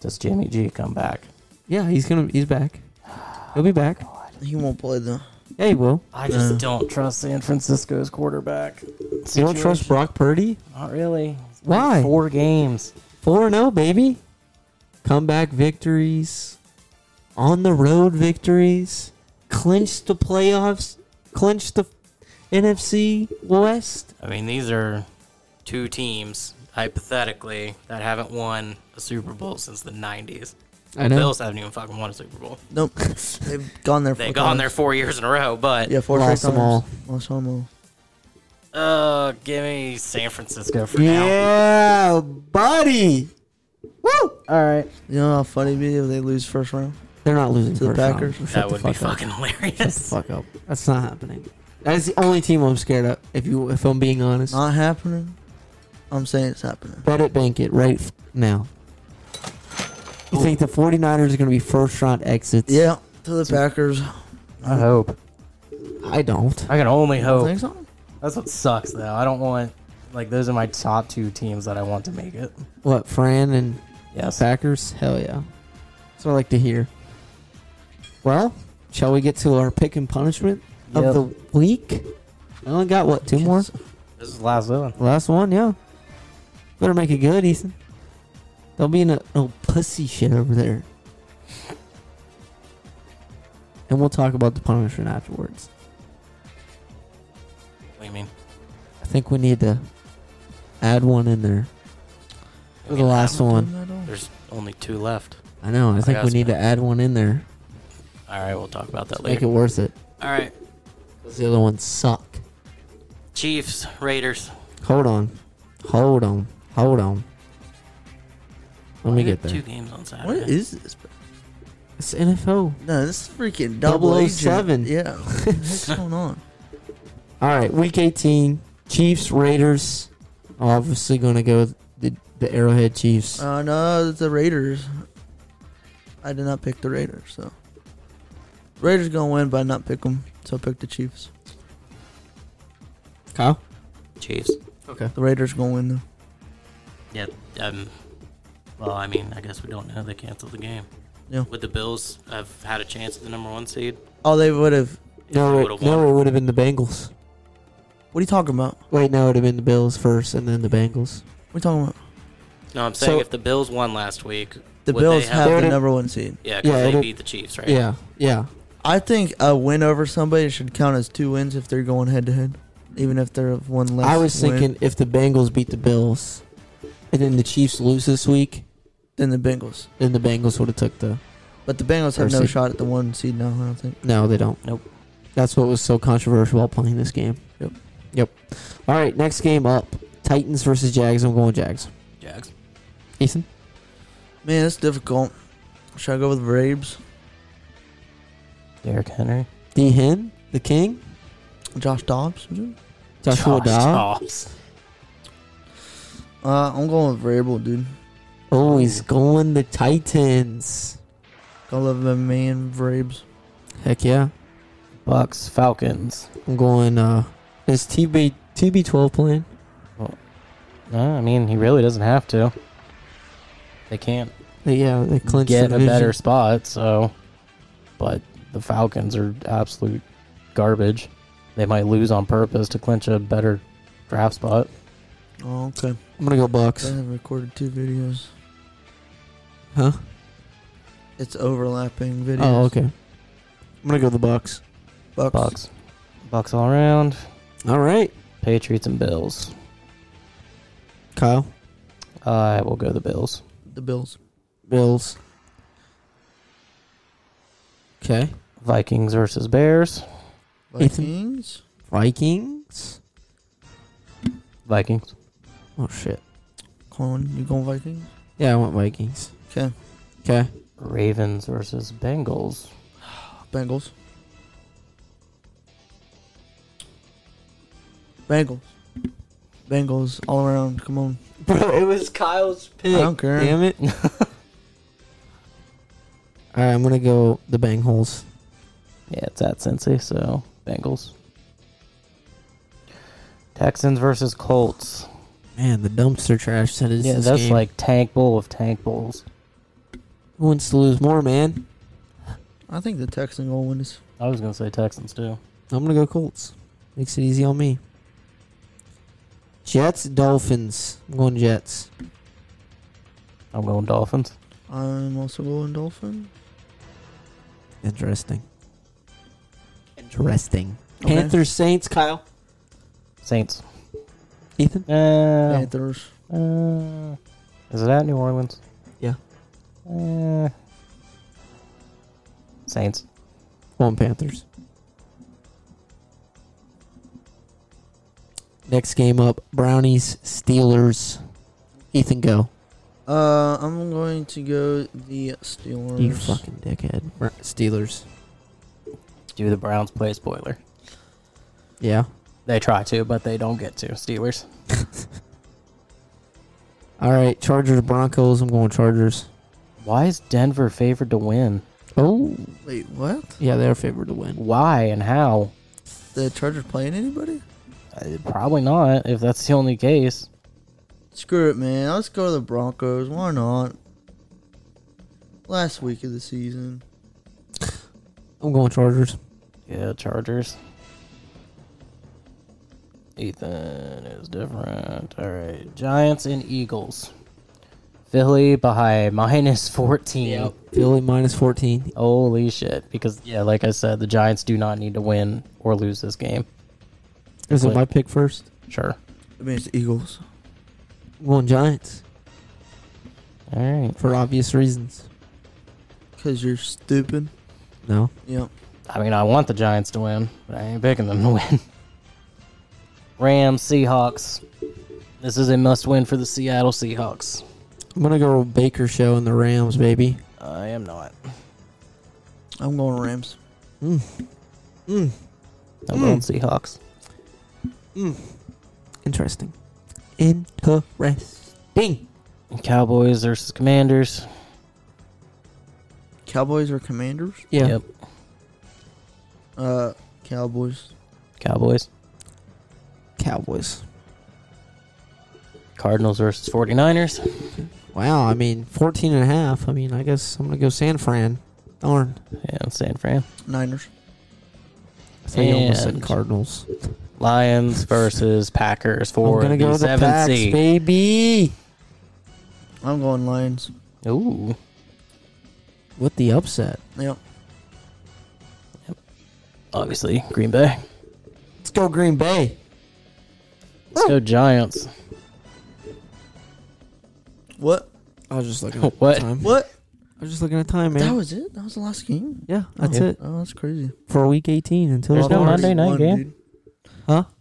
Speaker 3: Does Jimmy G come back?
Speaker 1: Yeah, he's gonna he's back. He'll be back.
Speaker 2: He won't play though.
Speaker 1: Yeah, he will.
Speaker 3: I just
Speaker 2: Yeah.
Speaker 3: don't trust San Francisco's quarterback.
Speaker 1: Uh. You don't trust Brock Purdy?
Speaker 3: Not really. It's been
Speaker 1: Why?
Speaker 3: Four games.
Speaker 1: 4 0, oh, baby. Comeback victories. On the road victories. Clinched the playoffs. Clinched the NFC West.
Speaker 3: I mean, these are two teams hypothetically that haven't won a Super Bowl since the '90s.
Speaker 1: I
Speaker 3: Bills haven't even fucking won a Super Bowl.
Speaker 2: Nope. They've gone there.
Speaker 3: They
Speaker 2: four
Speaker 3: gone there
Speaker 2: times.
Speaker 3: four years in a row, but
Speaker 2: Yeah, four
Speaker 1: Lost
Speaker 2: straight
Speaker 1: them all.
Speaker 2: times. Lost them all.
Speaker 3: uh, give me San Francisco for now.
Speaker 1: Yeah, buddy. Woo!
Speaker 3: All right,
Speaker 2: You know how funny it'd be if they lose first round.
Speaker 1: They're not losing
Speaker 2: To the
Speaker 1: first round.
Speaker 2: Packers?
Speaker 1: Shut
Speaker 3: that
Speaker 1: the
Speaker 3: would be
Speaker 1: fuck up.
Speaker 3: fucking
Speaker 1: Shut the
Speaker 3: hilarious.
Speaker 1: fuck up. That's not happening. That is the only team I'm scared of. If you, if I'm being honest,
Speaker 2: Not happening. I'm saying it's happening.
Speaker 1: bet it, bank it right f- now. You think the 49ers are going to be first round exits?
Speaker 2: Yeah, to the Packers.
Speaker 3: I hope.
Speaker 1: I don't.
Speaker 3: I can only
Speaker 2: I
Speaker 3: hope.
Speaker 2: think so.
Speaker 3: That's what sucks, though. I don't want like those are my top two teams that I want to make it.
Speaker 1: What Fran and
Speaker 3: Yes.
Speaker 1: Packers? Hell yeah. That's what I like to hear. Well, shall we get to our pick and punishment of
Speaker 3: Yep.
Speaker 1: the week? I only got what two more.
Speaker 3: This is the last one.
Speaker 1: Last one, yeah. Better make it good, Ethan. Don't be in a no pussy shit over there. And we'll talk about the punishment afterwards.
Speaker 3: What do you mean?
Speaker 1: I think we need to add one in there.
Speaker 3: I
Speaker 1: For the
Speaker 3: mean,
Speaker 1: last one.
Speaker 3: There's only two left.
Speaker 1: I know. I think we
Speaker 3: guess,
Speaker 1: need to add one in there.
Speaker 3: All right, we'll talk about that
Speaker 1: Make
Speaker 3: later.
Speaker 1: it worth it.
Speaker 3: All right,
Speaker 1: 'Cause the other ones suck.
Speaker 3: Chiefs, Raiders.
Speaker 1: Hold on. Hold on. Hold on. Let me
Speaker 3: We
Speaker 1: get
Speaker 3: got Two
Speaker 1: there.
Speaker 3: games on Saturday.
Speaker 2: What is this?
Speaker 1: It's NFL.
Speaker 2: No, this is freaking double agent.
Speaker 1: 007.
Speaker 2: Yeah. What the heck's going on?
Speaker 1: All right, week 18, Chiefs, Raiders. Obviously, going to go with the, the Arrowhead Chiefs.
Speaker 2: Uh, no, it's the Raiders. I did not pick the Raiders, so. Raiders gonna win, but I not pick them, so I picked the Chiefs.
Speaker 1: Kyle?
Speaker 3: Chiefs.
Speaker 1: Okay.
Speaker 2: The Raiders gonna win, though.
Speaker 3: Yeah. Um. Well, I mean, I guess we don't know. They canceled the game.
Speaker 2: Yeah.
Speaker 3: Would the Bills have had a chance at the number one seed?
Speaker 2: Oh, they would have.
Speaker 3: If
Speaker 1: No,
Speaker 3: they
Speaker 1: it,
Speaker 3: would've
Speaker 1: no, it would have been the Bengals.
Speaker 2: What are you talking about?
Speaker 1: Wait, no, it would have been the Bills first and then the Bengals.
Speaker 2: What are you talking about?
Speaker 3: No, I'm saying
Speaker 1: So-
Speaker 3: if the Bills won last week,
Speaker 2: The
Speaker 3: would
Speaker 2: Bills
Speaker 3: they
Speaker 2: have,
Speaker 3: have,
Speaker 1: They
Speaker 2: the
Speaker 1: would-
Speaker 2: number one seed.
Speaker 3: yeah,
Speaker 1: Yeah,
Speaker 3: because
Speaker 1: it'll-
Speaker 3: they beat the Chiefs, right?
Speaker 1: Yeah, yeah.
Speaker 2: I think a win over somebody should count as two wins if they're going head to head. even if they're of one less.
Speaker 1: I was
Speaker 2: win
Speaker 1: thinking if the Bengals beat the Bills, and then the Chiefs lose this week,
Speaker 2: than the Bengals,
Speaker 1: then the Bengals would have took the.
Speaker 2: but the Bengals have
Speaker 1: Or
Speaker 2: no
Speaker 1: see-
Speaker 2: shot at the one seed now. I don't think.
Speaker 1: No, they don't.
Speaker 4: Nope.
Speaker 1: That's what was so controversial about playing this game.
Speaker 2: Yep.
Speaker 1: Yep. All right, next game up: Titans versus Jags. I'm going Jags.
Speaker 4: Jags.
Speaker 1: Ethan.
Speaker 2: Man, it's difficult. Should I go with Braves?
Speaker 3: Derrick Henry.
Speaker 1: D. Hen, the King,
Speaker 2: Josh Dobbs? Uh,
Speaker 1: Joshua
Speaker 4: Josh
Speaker 1: Dobbs.
Speaker 4: Dobbs.
Speaker 2: Uh, I'm going with Vrabel, dude.
Speaker 1: Oh, he's going the Titans.
Speaker 2: I love my man, Vrabes.
Speaker 1: Heck yeah,
Speaker 3: Bucks. Falcons.
Speaker 1: I'm going. uh Is TB TB12 playing?
Speaker 3: No, I mean he really doesn't have to. They can't
Speaker 1: Yeah, they clinched
Speaker 3: get
Speaker 1: the
Speaker 3: a better
Speaker 1: division.
Speaker 3: spot, so. But the Falcons are absolute garbage. They might lose on purpose to clinch a better draft spot.
Speaker 2: Oh, okay.
Speaker 1: I'm gonna go
Speaker 2: I
Speaker 1: Bucks.
Speaker 2: have recorded two videos.
Speaker 1: Huh?
Speaker 2: It's overlapping videos.
Speaker 1: Oh, okay. I'm gonna go the Bucks.
Speaker 2: Bucks.
Speaker 3: Bucks. Bucks all around.
Speaker 1: All right,
Speaker 3: Patriots and Bills.
Speaker 1: Kyle,
Speaker 3: I will go the Bills.
Speaker 2: The Bills.
Speaker 1: Bills. Okay,
Speaker 3: Vikings versus Bears.
Speaker 1: Ethan.
Speaker 2: Vikings.
Speaker 1: Vikings.
Speaker 3: Vikings.
Speaker 1: Oh shit.
Speaker 2: Colin, you going Vikings?
Speaker 1: Yeah, I want Vikings.
Speaker 2: Okay.
Speaker 1: Okay.
Speaker 3: Ravens versus Bengals.
Speaker 2: Bengals. Bengals. Bengals all around. Come on.
Speaker 1: Bro, it was Kyle's pick.
Speaker 2: I don't care.
Speaker 1: Damn it. All right, I'm gonna go the bang holes.
Speaker 3: Yeah, it's at Cincy, so Bengals. Texans versus Colts.
Speaker 1: Man, the dumpster trash that is.
Speaker 3: yeah,
Speaker 1: this
Speaker 3: that's
Speaker 1: game.
Speaker 3: like tank bowl of tank bowls.
Speaker 1: who wants to lose more, man.
Speaker 2: I think the Texans going to win this.
Speaker 3: I was gonna say Texans too.
Speaker 1: I'm gonna go Colts. Makes it easy on me. Jets, Dolphins. I'm going Jets.
Speaker 3: I'm going Dolphins.
Speaker 2: I'm also going Dolphin.
Speaker 1: Interesting. Interesting.
Speaker 2: Okay.
Speaker 1: Panthers, Saints, Kyle,
Speaker 3: Saints.
Speaker 1: Ethan.
Speaker 3: Uh,
Speaker 2: Panthers.
Speaker 3: uh, is it at New Orleans?
Speaker 1: Yeah.
Speaker 3: Uh, Saints.
Speaker 1: Going Panthers. Next game up: Brownies, Steelers. Ethan, go.
Speaker 2: Uh, I'm going to go the Steelers.
Speaker 1: You fucking dickhead. Br- Steelers.
Speaker 3: Do the Browns play spoiler?
Speaker 1: Yeah.
Speaker 3: They try to, but they don't get to. Steelers.
Speaker 1: All right. Chargers, Broncos. I'm going Chargers.
Speaker 3: Why is Denver favored to win?
Speaker 1: Oh,
Speaker 2: Wait, what?
Speaker 1: yeah, they're favored to win.
Speaker 3: Why and how?
Speaker 2: The Chargers playing anybody?
Speaker 3: Uh, Probably not. If that's the only case,
Speaker 2: Screw it, man. Let's go to the Broncos. Why not? Last week of the season.
Speaker 1: I'm going Chargers.
Speaker 3: yeah, Chargers. Ethan is different. All right, Giants and Eagles. Philly by minus fourteen.
Speaker 1: Philly minus 14.
Speaker 3: Holy shit! Because yeah, like I said, the Giants do not need to win or lose this game.
Speaker 1: Is it my pick first?
Speaker 3: Sure.
Speaker 2: I mean, it's the Eagles.
Speaker 1: I'm going Giants
Speaker 3: All right.
Speaker 1: for obvious reasons.
Speaker 2: Because you're stupid.
Speaker 1: No.
Speaker 2: Yep.
Speaker 3: I mean, I want the Giants to win, but I ain't picking them to win. Rams, Seahawks. This is a must win for the Seattle Seahawks.
Speaker 1: I'm going to go Baker Show and the Rams, baby.
Speaker 3: I am not.
Speaker 2: I'm going Rams.
Speaker 1: Mm,
Speaker 3: I'm
Speaker 1: Mm.
Speaker 3: going Seahawks.
Speaker 1: interesting. Interesting.
Speaker 3: Cowboys versus Commanders.
Speaker 2: Cowboys or Commanders?
Speaker 1: Yeah.
Speaker 3: Yep.
Speaker 2: Uh, Cowboys.
Speaker 3: Cowboys.
Speaker 1: Cowboys.
Speaker 3: Cardinals versus 49ers.
Speaker 1: Wow. I mean, 14 and a half. I mean, I guess I'm going to go San Fran. Darn.
Speaker 3: And San Fran.
Speaker 2: Niners.
Speaker 1: I thought you almost said
Speaker 3: And-
Speaker 1: Cardinals.
Speaker 3: Lions versus Packers for
Speaker 1: I'm going to go
Speaker 3: the
Speaker 1: with the
Speaker 3: seventh
Speaker 1: Packs,
Speaker 3: seed.
Speaker 1: baby.
Speaker 2: I'm going Lions.
Speaker 3: Ooh.
Speaker 1: With the upset.
Speaker 2: Yep.
Speaker 3: Obviously, Green Bay.
Speaker 1: Let's go Green Bay.
Speaker 3: Let's go Giants.
Speaker 2: What?
Speaker 1: I was just looking at
Speaker 3: What?
Speaker 1: time.
Speaker 2: What?
Speaker 1: I was just looking at time, man.
Speaker 2: That was it. That was the last game.
Speaker 1: yeah, that's
Speaker 3: Yeah.
Speaker 1: it
Speaker 2: Oh, that's crazy.
Speaker 1: for week 18 until
Speaker 3: There's no
Speaker 1: tomorrow.
Speaker 3: Monday night
Speaker 2: One,
Speaker 3: game?
Speaker 2: dude.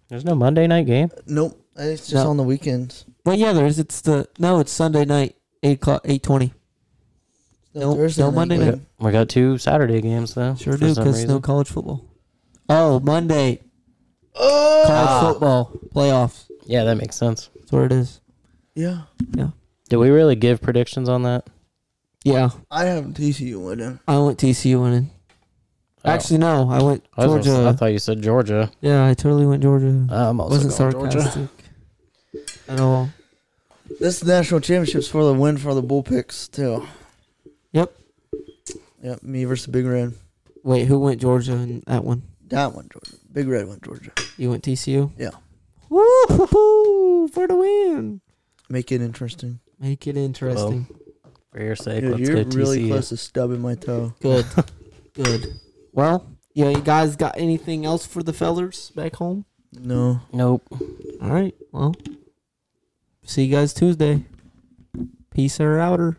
Speaker 3: There's no Monday night game.
Speaker 2: Nope. It's just
Speaker 1: No.
Speaker 2: on the weekends.
Speaker 1: Well, yeah, there is. It's the no, it's Sunday night, eight o'clock, eight twenty. No-
Speaker 2: Thursday
Speaker 1: no
Speaker 2: night
Speaker 1: Monday
Speaker 2: game.
Speaker 1: night.
Speaker 3: We got two Saturday games though.
Speaker 1: Sure
Speaker 3: for
Speaker 1: do
Speaker 3: some
Speaker 1: because no
Speaker 3: reason.
Speaker 1: college football. Oh, Monday
Speaker 2: Oh.
Speaker 1: college
Speaker 3: Ah.
Speaker 1: football playoffs.
Speaker 3: Yeah, that makes sense.
Speaker 1: That's what it is.
Speaker 2: Yeah.
Speaker 3: Did we really give predictions on that?
Speaker 1: Yeah,
Speaker 2: I have TCU winning.
Speaker 1: I went TCU winning.
Speaker 3: Oh.
Speaker 1: Actually, no, I went
Speaker 3: I, was-
Speaker 1: Georgia.
Speaker 3: I thought you said Georgia.
Speaker 1: yeah, I totally went Georgia.
Speaker 3: I'm also
Speaker 1: Wasn't
Speaker 3: going Georgia.
Speaker 1: sarcastic at all.
Speaker 2: This national championships for the win for the bull picks too.
Speaker 1: Yep.
Speaker 2: Yep. Me versus Big Red.
Speaker 1: Wait, who went Georgia in that one?
Speaker 2: That one, Georgia. Big Red went Georgia.
Speaker 1: You went TCU.
Speaker 2: Yeah.
Speaker 1: Woo for the win!
Speaker 2: Make it interesting.
Speaker 1: Make it interesting.
Speaker 3: For your sake,
Speaker 2: Dude,
Speaker 3: let's
Speaker 2: you're
Speaker 3: go
Speaker 2: really
Speaker 3: TCU.
Speaker 2: close to stubbing my toe.
Speaker 1: Good. Good. Well, yeah, you guys got anything else for the fellers back home?
Speaker 2: No.
Speaker 3: Nope.
Speaker 1: All right. Well, see you guys Tuesday. Peace or outer.